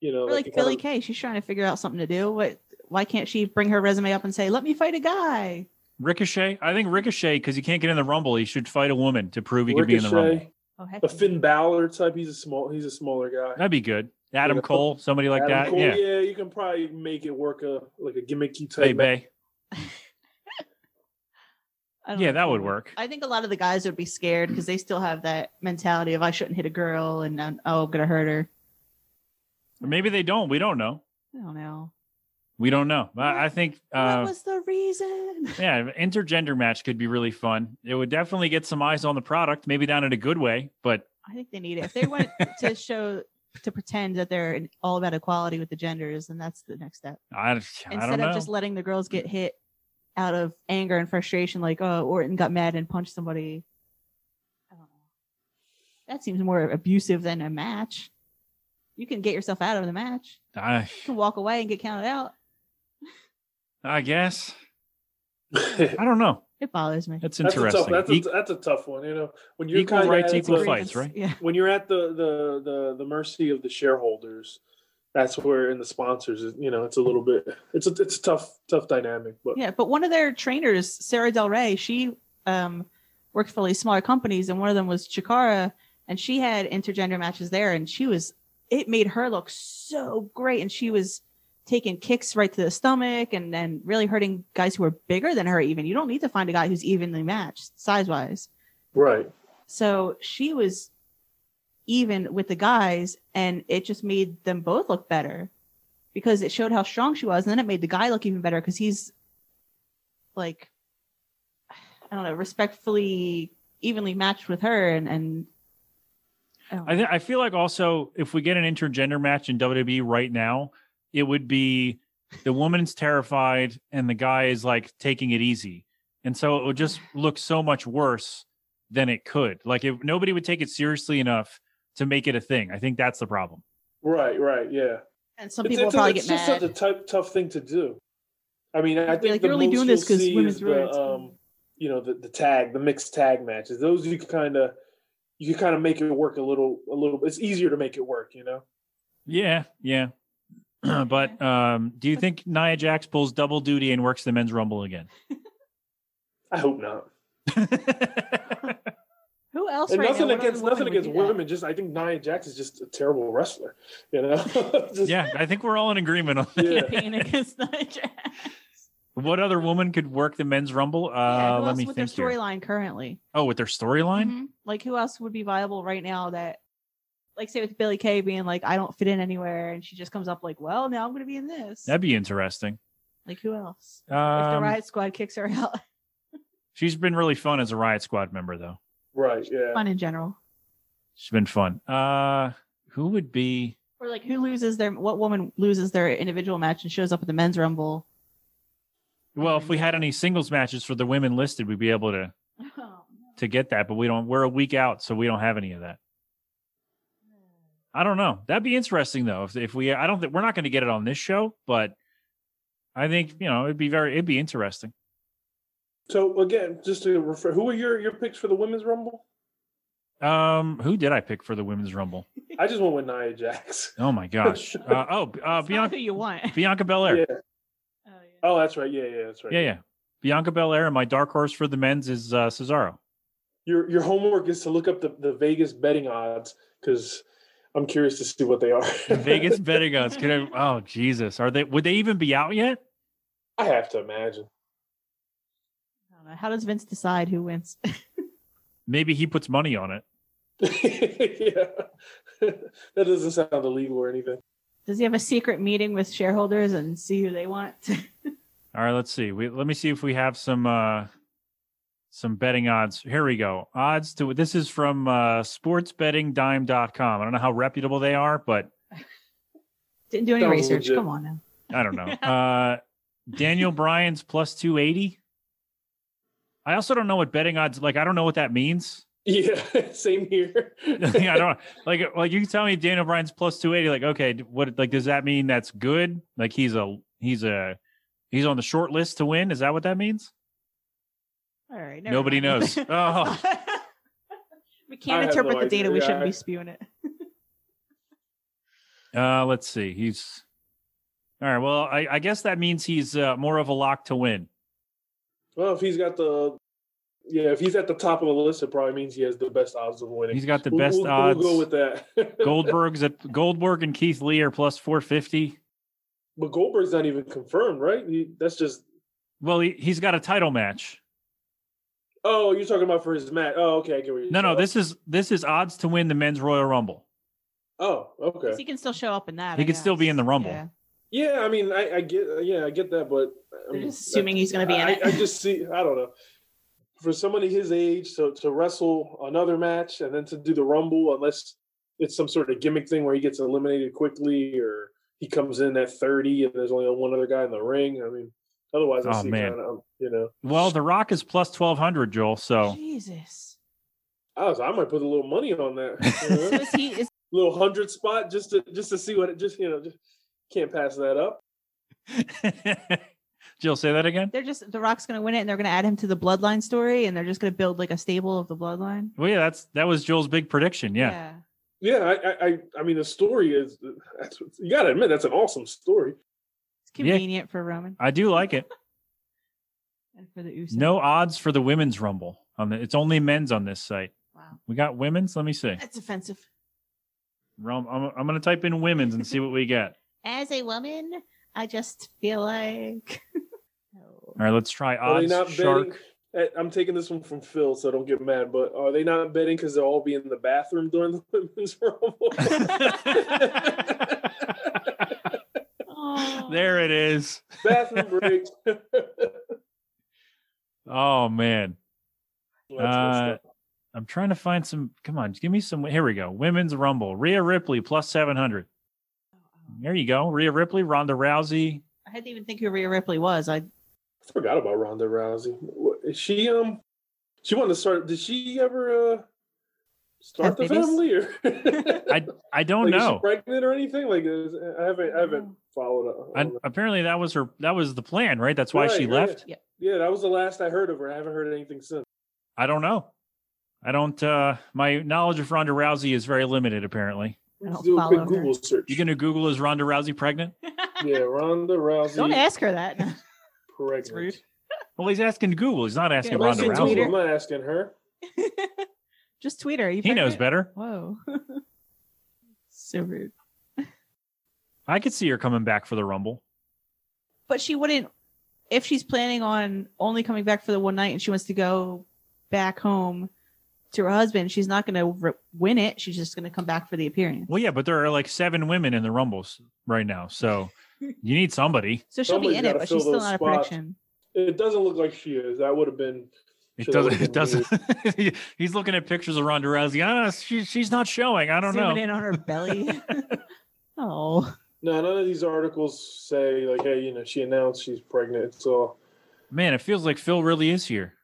S3: you know
S2: Or
S3: that
S2: like
S3: can
S2: Billy
S3: kinda-
S2: Kay, she's trying to figure out something to do. What why can't she bring her resume up and say, Let me fight a guy?
S11: Ricochet. I think Ricochet because he can't get in the Rumble. He should fight a woman to prove he could be in the Rumble.
S3: Ricochet,
S2: Oh heck.
S3: a Finn Balor type. He's a small. He's a smaller guy.
S11: That'd be good. Adam Cole, somebody like
S3: Adam
S11: that.
S3: Cole,
S11: yeah.
S3: you can probably make it work a like a gimmicky type.
S11: Bay Bay.
S2: *laughs* I don't
S11: Yeah,
S2: know.
S11: that would work.
S2: I think a lot of the guys would be scared because they still have that mentality of I shouldn't hit a girl and i oh I'm gonna hurt her.
S11: Or maybe they don't. We don't know.
S2: I don't know.
S11: We don't know. I, I think.
S2: *laughs* what
S11: Uh,
S2: was the reason?
S11: *laughs* yeah, an intergender match could be really fun. It would definitely get some eyes on the product, maybe not in a good way, but
S2: I think they need it. If they
S11: *laughs*
S2: want to show to pretend that they're in- all about equality with the genders, then that's the next step.
S11: I, I
S2: Instead
S11: don't know.
S2: of just letting the girls get hit out of anger and frustration, like oh Orton got mad and punched somebody. I don't know. That seems more abusive than a match. You can get yourself out of the match.
S11: I,
S2: You can walk away and get counted out.
S11: I guess.
S3: *laughs*
S11: I don't know.
S2: It bothers me.
S11: That's
S3: That's a tough.
S11: interesting.
S3: That's
S11: E-
S3: a, that's a tough one. You know, when uh, you're
S11: Equal
S3: kinda
S11: rights,
S3: at
S11: equal
S3: the-
S11: fights, right?
S2: Yeah.
S3: When you're at the the the the mercy of the shareholders, that's where in the sponsors, you know, it's a little bit. It's a it's a tough tough dynamic, but
S2: Yeah, but one of their trainers, Sarah Del Rey, she um, worked for these smaller companies, and one of them was Chikara, and she had intergender matches there, and she was it made her look so great, and she was taking kicks right to the stomach, and then really hurting guys who were bigger than her. Even you don't need to find a guy who's evenly matched size wise.
S3: right.
S2: So she was even with the guys, and it just made them both look better because it showed how strong she was, and then it made the guy look even better because he's like, I don't know, respectfully, evenly matched with her, and and
S11: I, th- I feel like also if we get an intergender match in WWE right now, it would be the woman's terrified and the guy is like taking it easy, and so it would just look so much worse than it could. Like if nobody would take it seriously enough to make it a thing, I think that's the problem.
S3: Right. Right. Yeah.
S2: and some
S3: It's-
S2: people will
S3: it's,
S2: probably
S3: it's
S2: get mad.
S3: just such a tough, tough thing to do. I mean, I
S2: Like,
S3: think the
S2: you're only
S3: most
S2: doing this
S3: you'll
S2: 'cause
S3: see
S2: women's
S3: is the,
S2: rights.
S3: Um, you know, the, the tag, the mixed tag matches. Those you can kind of, you can kind of make it work a little, a little. It's easier to make it work, you know.
S11: Yeah, yeah. *clears throat* but um, do you *laughs* think Nia Jax pulls double duty and works the men's rumble again?
S3: I hope not.
S2: Who else?
S3: And
S2: right
S3: nothing
S2: now? What
S3: against
S2: other woman
S3: nothing
S2: would
S3: against
S2: do that?
S3: women. Just I think Nia Jax is just a terrible wrestler. You know. *laughs* Just-
S11: yeah, I think we're all in agreement on that.
S2: Campaign against Nia Jax.
S11: What other woman could work the men's rumble? Uh,
S2: Who
S11: let
S2: else
S11: me
S2: with their
S11: think here.
S2: storyline currently?
S11: Oh, with their storyline?
S2: Mhm. Like who else would be viable right now that like say with Billy Kay being like, I don't fit in anywhere and she just comes up like, Well, now I'm gonna be in this.
S11: That'd be interesting.
S2: Like who else? if the
S11: Um,
S2: riot squad kicks her out. *laughs*
S11: she's been really fun as a Riot Squad member, though.
S3: Right. Yeah.
S2: Fun in general.
S11: She's been fun. Uh, who would be?
S2: Or like who loses their what woman loses their individual match and shows up at the men's rumble.
S11: Well, if we had any singles matches for the women listed, we'd be able to
S2: Oh,
S11: to get that, but we don't. We're a week out, so we don't have any of that. I don't know. That'd be interesting though. If if we, I don't think we're not going to get it on this show, but I think you know it'd be very it'd be interesting.
S3: So again, just to refer, who are your your picks for the women's rumble?
S11: Um, who did I pick for the women's rumble?
S3: I just went with Nia Jax.
S11: Oh
S2: *laughs*
S3: *laughs*
S11: my gosh. Uh, oh, uh, Bianca
S2: who you want.
S11: Bianca Belair.
S3: Yeah. Oh, that's right. Yeah, yeah, that's right.
S11: Yeah, yeah. Bianca Belair and my dark horse for the men's is uh, Cesaro.
S3: Your your homework is to look up the, the Vegas betting odds because I'm curious to see what they are.
S11: Vegas betting odds. Could I, oh Jesus, are they? Would they even be out yet?
S3: *laughs* I have to imagine.
S2: I don't know. How does Vince decide who wins?
S11: Maybe he puts money on it.
S3: yeah, *laughs* that doesn't sound illegal or anything.
S2: Does he have a secret meeting with shareholders and see who they want?
S11: All right, let's see. We let me see if we have some uh some betting odds. Here we go. Odds to this is from uh sportsbettingdime.com. I don't know how reputable they are, but
S2: Didn't do any
S11: Sounds
S2: research.
S11: legit.
S2: Come on now.
S11: I don't know. Uh Daniel Bryan's plus 280. I also don't know what betting odds like I don't know what that means.
S3: *laughs* Yeah, same
S11: *laughs*
S3: here.
S2: *laughs*
S11: I don't like like you can tell me Daniel Bryan's plus 280 like okay, d- what like does that mean that's good? Like he's a he's a he's on the short list to win. Is that what that means?
S2: All right. never
S11: Nobody
S2: mind. *laughs*
S11: knows. Oh.
S2: we
S11: I
S2: can't
S11: have
S2: interpret
S11: no
S2: the data.
S11: idea.
S2: We
S11: Yeah,
S2: shouldn't
S11: I-
S2: be spewing it.
S11: Uh, let's see. He's all right. Well, I, I guess that means he's uh, more of a lock to win.
S3: Well, if he's got the yeah, if he's at the top of the list, it probably means he has the best odds of winning.
S11: He's got the
S3: We'll-
S11: best
S3: we'll-
S11: odds.
S3: We'll go with that. *laughs*
S11: Goldberg's at Goldberg and Keith Lee are plus four fifty.
S3: But Goldberg's not even confirmed, right? He, that's just
S11: Well, he, he's got a title match.
S3: oh, you're talking about for his match. Oh, okay, I get what you're
S11: No, no. This is this is odds to win the men's Royal Rumble.
S3: Oh, okay.
S2: 'Cause He can still show up in that.
S11: He
S2: I
S11: could still be in the Rumble.
S2: Yeah.
S3: Yeah, I mean, I, I get, yeah, I get that, but I mean,
S2: just assuming he's gonna be in
S3: I,
S2: it.
S3: I just see, I don't know. For somebody his age, to to wrestle another match and then to do the rumble, unless it's some sort of gimmick thing where he gets eliminated quickly or he comes in at thirty and there's only one other guy in the ring. I mean, otherwise, I
S11: Oh,
S3: see
S11: man.
S3: kind of, you know,
S11: Well, The Rock is plus twelve hundred, Joel. So
S2: Jesus.
S3: I was, I might put a little money on that. you
S11: *laughs*
S3: know? little hundred spot just to just to see what it just you know just can't pass that up.
S11: Jill, say that again.
S2: They're just the Rock's going to win it, and they're going to add him to the Bloodline story, and they're just going to build like a stable of the Bloodline.
S11: Well, yeah, that's that was Joel's big prediction. Yeah.
S3: Yeah, I- I, I, I mean, the story is that's what- you got to admit that's an awesome story.
S2: It's convenient for Roman
S11: I do like it.
S2: *laughs* and for the Usos.
S11: No odds for the women's rumble. On the, it's only men's on this site. Wow. We got women's. Let me see.
S2: That's offensive.
S11: Rum, I'm, I'm going to type in women's and see what we get.
S2: *laughs* As a woman, I just feel like *laughs*
S11: All right, let's try
S3: Are they
S11: odds.
S3: not
S11: shark.
S3: betting? I- I'm taking this one from Phil, so don't get mad. But are they not betting because they'll all be in the bathroom during the *laughs* women's
S11: *laughs*
S3: rumble?
S11: *laughs* There it is.
S3: bathroom break.
S11: *laughs*
S3: *laughs*
S11: Oh man.
S3: Well, that's
S11: Uh,
S3: messed
S11: I'm trying to find some. Come on, give me some. Here we go. Women's rumble. Rhea Ripley plus seven hundred. There you go. Rhea Ripley, Ronda Rousey.
S2: I hadn't even think who Rhea Ripley was. I
S3: I forgot about Ronda Rousey. What- Is she um? She wanted to start. Did she ever uh start
S11: Have
S3: the
S11: babies?
S3: family or? *laughs*
S11: I I don't
S3: like, Is she
S11: know.
S3: pregnant or anything? Like is, I haven't I haven't followed up.
S11: I, apparently that was her. That was the plan, right? That's why she
S3: Right, right.
S11: left.
S2: Yeah.
S3: yeah, that was the last I heard of her. I haven't heard anything since.
S11: I don't know. I don't. uh My knowledge of Ronda Rousey is very limited. Apparently,
S2: I don't
S3: do a
S2: follow
S3: quick
S2: her.
S3: Google search. *laughs*
S11: you're gonna Google is Ronda Rousey pregnant? *laughs*
S3: Yeah, Ronda Rousey. *laughs*
S2: Don't ask her that.
S3: Pregnant.
S11: Well, he's asking Google. He's not asking
S2: Yeah,
S11: Ronda
S2: listen,
S11: Rousey.
S2: tweeter.
S3: I'm not asking her.
S2: Just tweet her. You
S11: He knows
S2: pregnant?
S11: better.
S2: Whoa. *laughs* so rude.
S11: I could see her coming back for the Rumble.
S2: But she wouldn't, if she's planning on only coming back for the one night and she wants to go back home to her husband, she's not going to r win it. She's just going to come back for the appearance.
S11: Well, yeah, but there are like seven women in the Rumbles right now, so you need somebody.
S2: *laughs* So she'll be
S3: Somebody's
S2: in it,
S3: gotta
S2: but
S3: fill
S2: she's still
S3: those
S2: not a
S3: spots.
S2: prediction.
S3: It doesn't look like she is. That would have been.
S11: It
S3: shit, that
S11: doesn't.
S3: would've
S11: It
S3: been
S11: doesn't. *laughs*
S3: weird.
S11: he- He's looking at pictures of Ronda Rousey. Ah, she, she's not showing. I don't
S2: Zooming
S11: know.
S2: in on her
S11: *laughs*
S2: belly. oh.
S3: No, none of these articles say like, hey, you know, she announced she's pregnant. It's all. *laughs*
S11: Man, it feels like Phil really is here.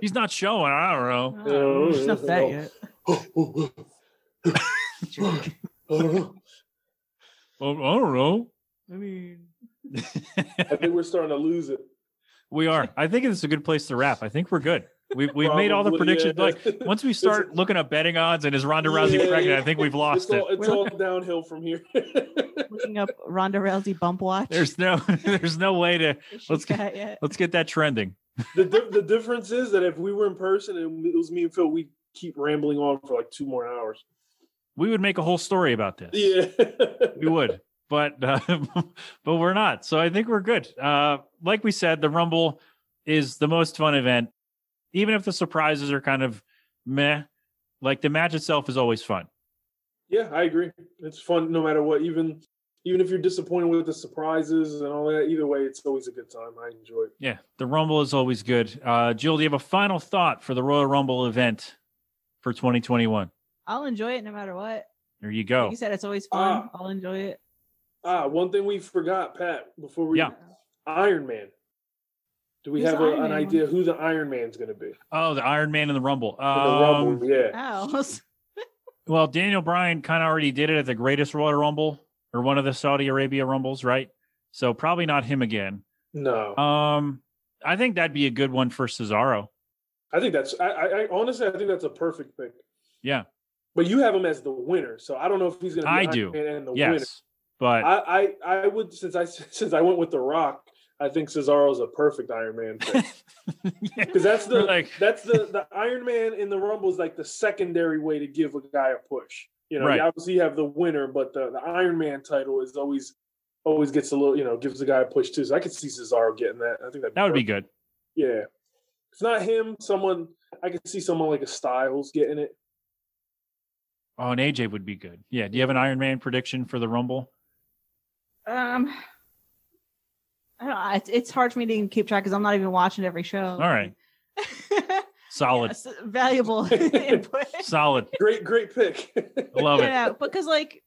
S11: He's not showing. I don't know.
S3: Oh,
S2: she's not fat
S3: *laughs*
S2: yet.
S3: I
S2: *laughs*
S3: don't know.
S11: Oh, I don't know.
S2: I mean,
S3: I think we're starting to lose it.
S11: *laughs* We are. I think it's a good place to wrap. I think we're good. We've we've made all the
S3: Probably, yeah.
S11: predictions. Like once
S2: *laughs*
S3: *laughs*
S11: we start looking up betting odds and is Ronda Rousey
S3: Yeah.
S11: pregnant, I think we've
S3: It's
S11: lost it.
S3: all, it's all downhill from here. *laughs*
S2: looking up Ronda Rousey bump watch.
S11: There's no *laughs* there's no way to
S2: she
S11: let's get
S2: fat yet?
S11: let's get that trending.
S3: the di- the difference is that if we were in person and it was me and Phil, we'd keep rambling on for like two more hours.
S11: We would make a whole story about this.
S3: Yeah.
S11: We would. But *laughs* uh, but we're not. So I think we're good. Uh like we said, the Rumble is the most fun event. Even if the surprises are kind of meh, like the match itself is always fun.
S3: *laughs* Yeah, I agree. It's fun no matter what. Even even if you're disappointed with the surprises and all that, either way, it's always a good time. I enjoy it.
S11: Yeah, the Rumble is always good. Uh, Jill, do you have a final thought for the Royal Rumble event for 2021?
S2: I'll enjoy it no matter what.
S11: There you
S2: Like
S11: go.
S2: you said it's always fun. I'll enjoy it.
S3: Ah, one thing we forgot, Pat, before we
S11: Yeah.
S3: Iron Man. Do we
S2: Who's
S3: have
S2: the
S3: a,
S2: Iron
S3: an
S2: Man
S3: idea who the Iron Man's going to be?
S11: Oh, the Iron Man and the Rumble.
S3: For
S11: Um,
S3: the Rumble, yeah.
S2: Ow.
S11: Well, Daniel Bryan kind of already did it at the Greatest Royal Rumble or one of the Saudi Arabia Rumbles, right? So probably not him again.
S3: No,
S11: Um, I think that'd be a good one for Cesaro.
S3: I think that's. I, I, I honestly, I think that's a perfect pick.
S11: Yeah,
S3: But you have him as the winner, so I don't know if he's going to. be
S11: I
S3: Iron
S11: do.
S3: Man and the winner.
S11: Yes, but
S3: I, I, I would since I *laughs* since I went with The Rock. I think Cesaro's a perfect Iron Man
S11: *laughs*
S3: because that's the
S11: We're like-
S3: that's the the Iron Man in the Rumble is like the secondary way to give a guy a push. You know,
S11: Right.
S3: you obviously have the winner, but the, the Iron Man title is always always gets a little you know gives the guy a push too. So I could see Cesaro getting that. I think that'd
S11: that would be
S3: perfect.
S11: good.
S3: Yeah, if not him, someone I could see someone like a Styles getting it.
S11: Oh, and AJ would be good. Yeah. Do you have an Iron Man prediction for the Rumble?
S2: Um, I don't know. It's, it's hard for me to even keep track because I'm not even watching every show. *laughs*
S11: All right. Solid.
S2: That's
S3: *laughs*
S2: valuable input.
S11: Solid.
S3: Great, great pick.
S11: Love it.
S2: Yeah,
S3: *laughs*
S2: because like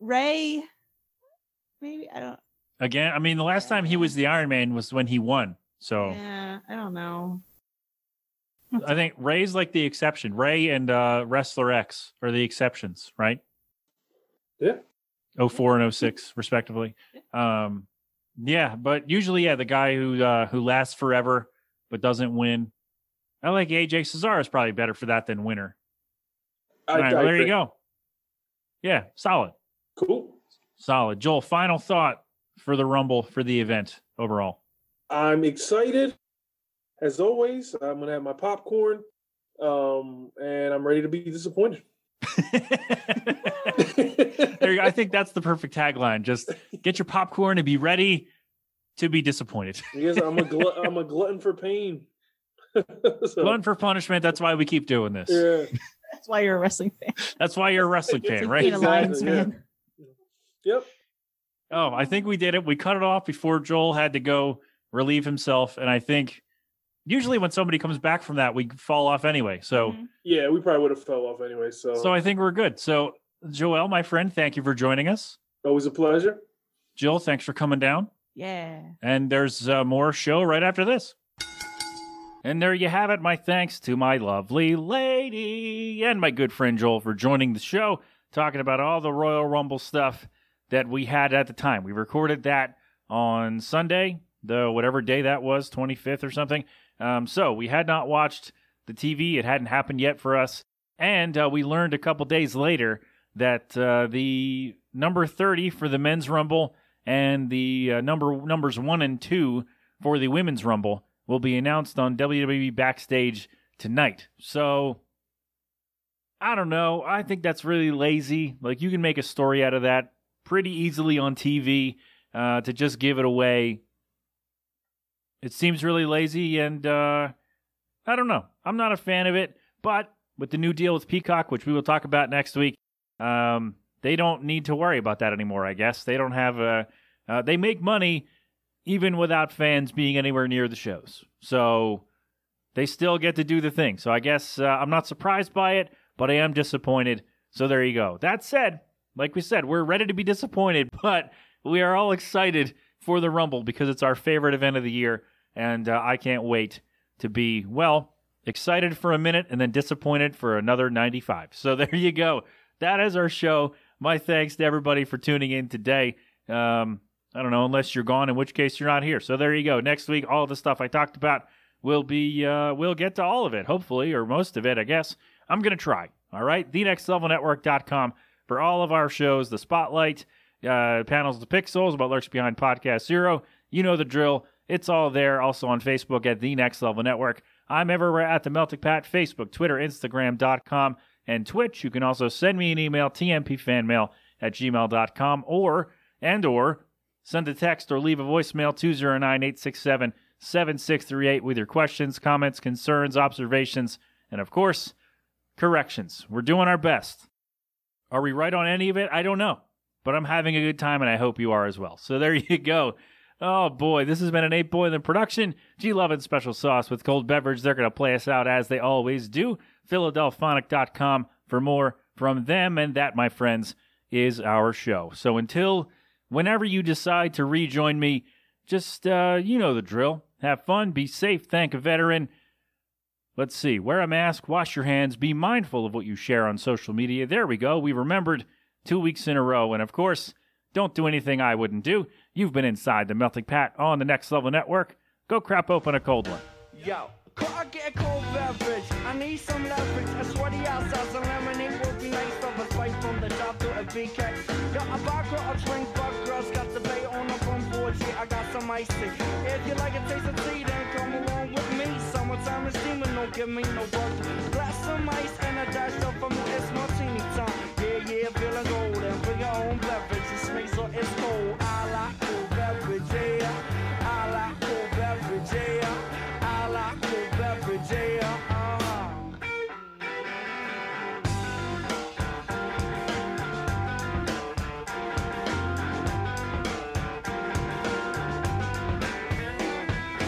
S2: Ray, maybe I don't.
S11: Again, I mean, the last time he was the Iron Man was when he won. So
S2: Yeah, I don't know.
S11: I think Ray's like the exception. Ray and uh, Wrestler X are the exceptions, right?
S3: Yeah.
S11: 04 and 06, respectively. Um, yeah, but usually, yeah, the guy who uh, who lasts forever but doesn't win. I like AJ Cesaro is probably better for that than winner. All right, well, there you
S3: agree.
S11: go. Yeah, solid,
S3: Cool.
S11: solid. Joel, final thought for the Rumble for the event
S3: *laughs*
S11: overall.
S3: I'm excited. As always, I'm gonna have my popcorn, um, and I'm ready to be disappointed.
S11: *laughs* There you go. I think that's the perfect tagline. Just get your popcorn and be ready to be disappointed.
S3: Because I'm a glut- I'm a glutton for pain. *laughs* so,
S11: One for punishment. That's why we keep doing this.
S3: yeah,
S2: That's why you're a wrestling fan.
S11: That's why you're a wrestling fan, right?
S2: Being a Lions
S3: Exactly, yeah.
S2: fan.
S3: yep.
S11: Oh, I think we did it. We cut it off before Joel had to go relieve himself. And I think usually when somebody comes back from that, we fall off anyway. So,
S2: Mhm.
S3: Yeah, we probably would have fell off anyway. So,
S11: so I think we're good. So, Joel, my friend, thank you for joining us.
S3: always a pleasure.
S11: Jill, thanks for coming down.
S2: Yeah.
S11: And there's uh, more show right after this. And there you have it. My thanks to my lovely lady and my good friend Joel for joining the show, talking about all the Royal Rumble stuff that we had at the time. We recorded that on Sunday, the whatever day that was, 25th or something. Um, so we had not watched the TV. It hadn't happened yet for us. And uh, we learned a couple days later that uh, the number 30 for the men's rumble and the uh, number numbers one and two for the Women's Rumble will be announced on WWE Backstage tonight. So I don't know. I think that's really lazy. Like you can make a story out of that pretty easily on TV uh, to just give it away. It seems really lazy, and uh, I don't know. I'm not a fan of it. But with the new deal with Peacock, which we will talk about next week, um, they don't need to worry about that anymore. I guess they don't have a. Uh, they make money even without fans being anywhere near the shows. So they still get to do the thing. So I guess uh, I'm not surprised by it, but I am disappointed. So there you go. That said, like we said, we're ready to be disappointed, *laughs* but we are all excited for the Rumble because it's our favorite event of the year. And uh, I can't wait to be, well, excited for a minute and then disappointed for another 95. So *laughs* there you go. That is our show. My thanks to everybody for tuning in today. Um, I don't know, unless you're gone, in which case you're not here. So there you go. Next week, all the stuff I talked about will be, uh, we'll get to all of it, hopefully, or most of it, I guess. I'm going to try. All right. TheNextLevelNetwork.com for all of our shows, the spotlight, uh, panels, the pixels, about lurks behind podcast zero. You know the drill. It's all there. Also on Facebook at The Next Level Network. I'm everywhere at the Meltic Pat, Facebook, Twitter, Instagram.com, and Twitch. You can also send me an email, tmpfanmail at gmail.com, or and or send a text or leave a voicemail 209-867-7638 with your questions, comments, concerns, observations, and of course, corrections. We're doing our best. Are we right on any of it? I don't know. But I'm having a good time and I hope you are as well. So there *laughs* you go. Oh boy, this has been an eight boy in the production. G Love and Special Sauce with cold beverage. They're going to play us out as they always do. Philadelphonic.com for more from them. And that, my friends, is our show. So until whenever you decide to rejoin me, just, uh, you know the drill. Have fun, be safe, thank a veteran. Let's see, wear a mask, wash your hands, be mindful of what you share on social media. There we go. We remembered two weeks in a row. And of course, don't do anything I wouldn't do. You've been inside the Melting Pat on the Next Level Network. Go crap open a cold one.
S14: Yo, could I get a cold beverage? I need some leverage. A sweaty ass has a lemonade would be nice. Of a spike from the top to a BK. Yo, a bar got a drink, but girls got the bait on up on board. See, I got some ice tea. If you like a taste of tea, then come along with me. Summertime is steaming, don't give me no bugs. Glass some ice and a dash of from it's martini time. Yeah, yeah, feeling golden. Bring your own beverage. It smells so it's cold. I like cold beverage, yeah. I like cold beverage, yeah. I like cold beverage, yeah. Uh-huh.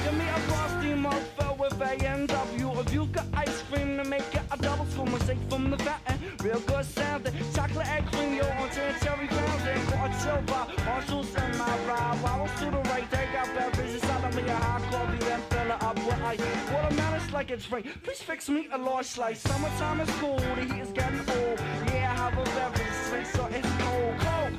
S14: Give me a frosty muffin with a end of you. If you got ice cream, then make it a double scoop and shake from the fountain. Real good sounding, chocolate and cream, yo, on to the cherry fountain. For a chill bar, marshals in my ride. Waddles to the right, they got beverages inside of me. A hot coffee, then fill it up with ice. Watermelon's like it's free. Please fix me a large slice. Summertime is cool, the heat is getting old. Yeah, have a beverage, sweet, so it's cold. Cold,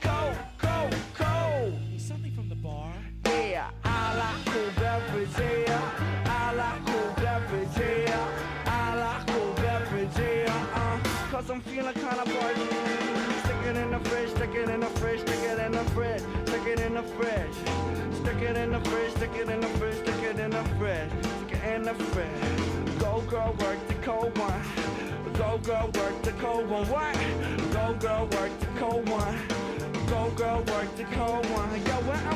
S14: cold, cold, cold. Something from the bar. Yeah, I like cool beverage, yeah. I like cool beverage, yeah. I like cool beverage, yeah. Uh, Cause I'm feeling kinda party. Stick it in the fridge, stick it in the fridge, stick it in the fridge, stick it in the fridge. Stick it in the fridge, stick it in the fridge, stick it in the fridge, stick it in the fridge. Go girl, work the cold one. Go girl, work the cold one. What? Go girl, work the cold one. Go girl, work the cold one. Yo, when I'm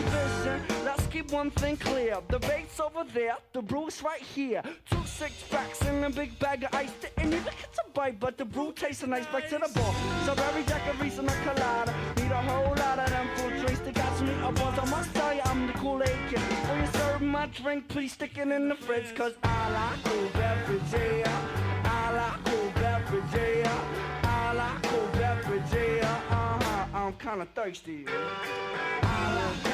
S14: fishing, let's keep one thing clear. The bait's over there, the brew's right here. Two six packs and a big bag of ice. The Indian gets a bite, but the brew tastes nice. Back to the bar. So every jack of reason a collider. Need a whole lot of them fruit drinks to catch me up once. I must tell you, I'm the Kool-Aid kid. Before you serve my drink, please stick it in the fridge. Cause I like cool beverage, yeah. I like cool beverage, yeah. I like cool beverage, yeah. Uh-huh. I'm kinda thirsty. I like Uh-huh.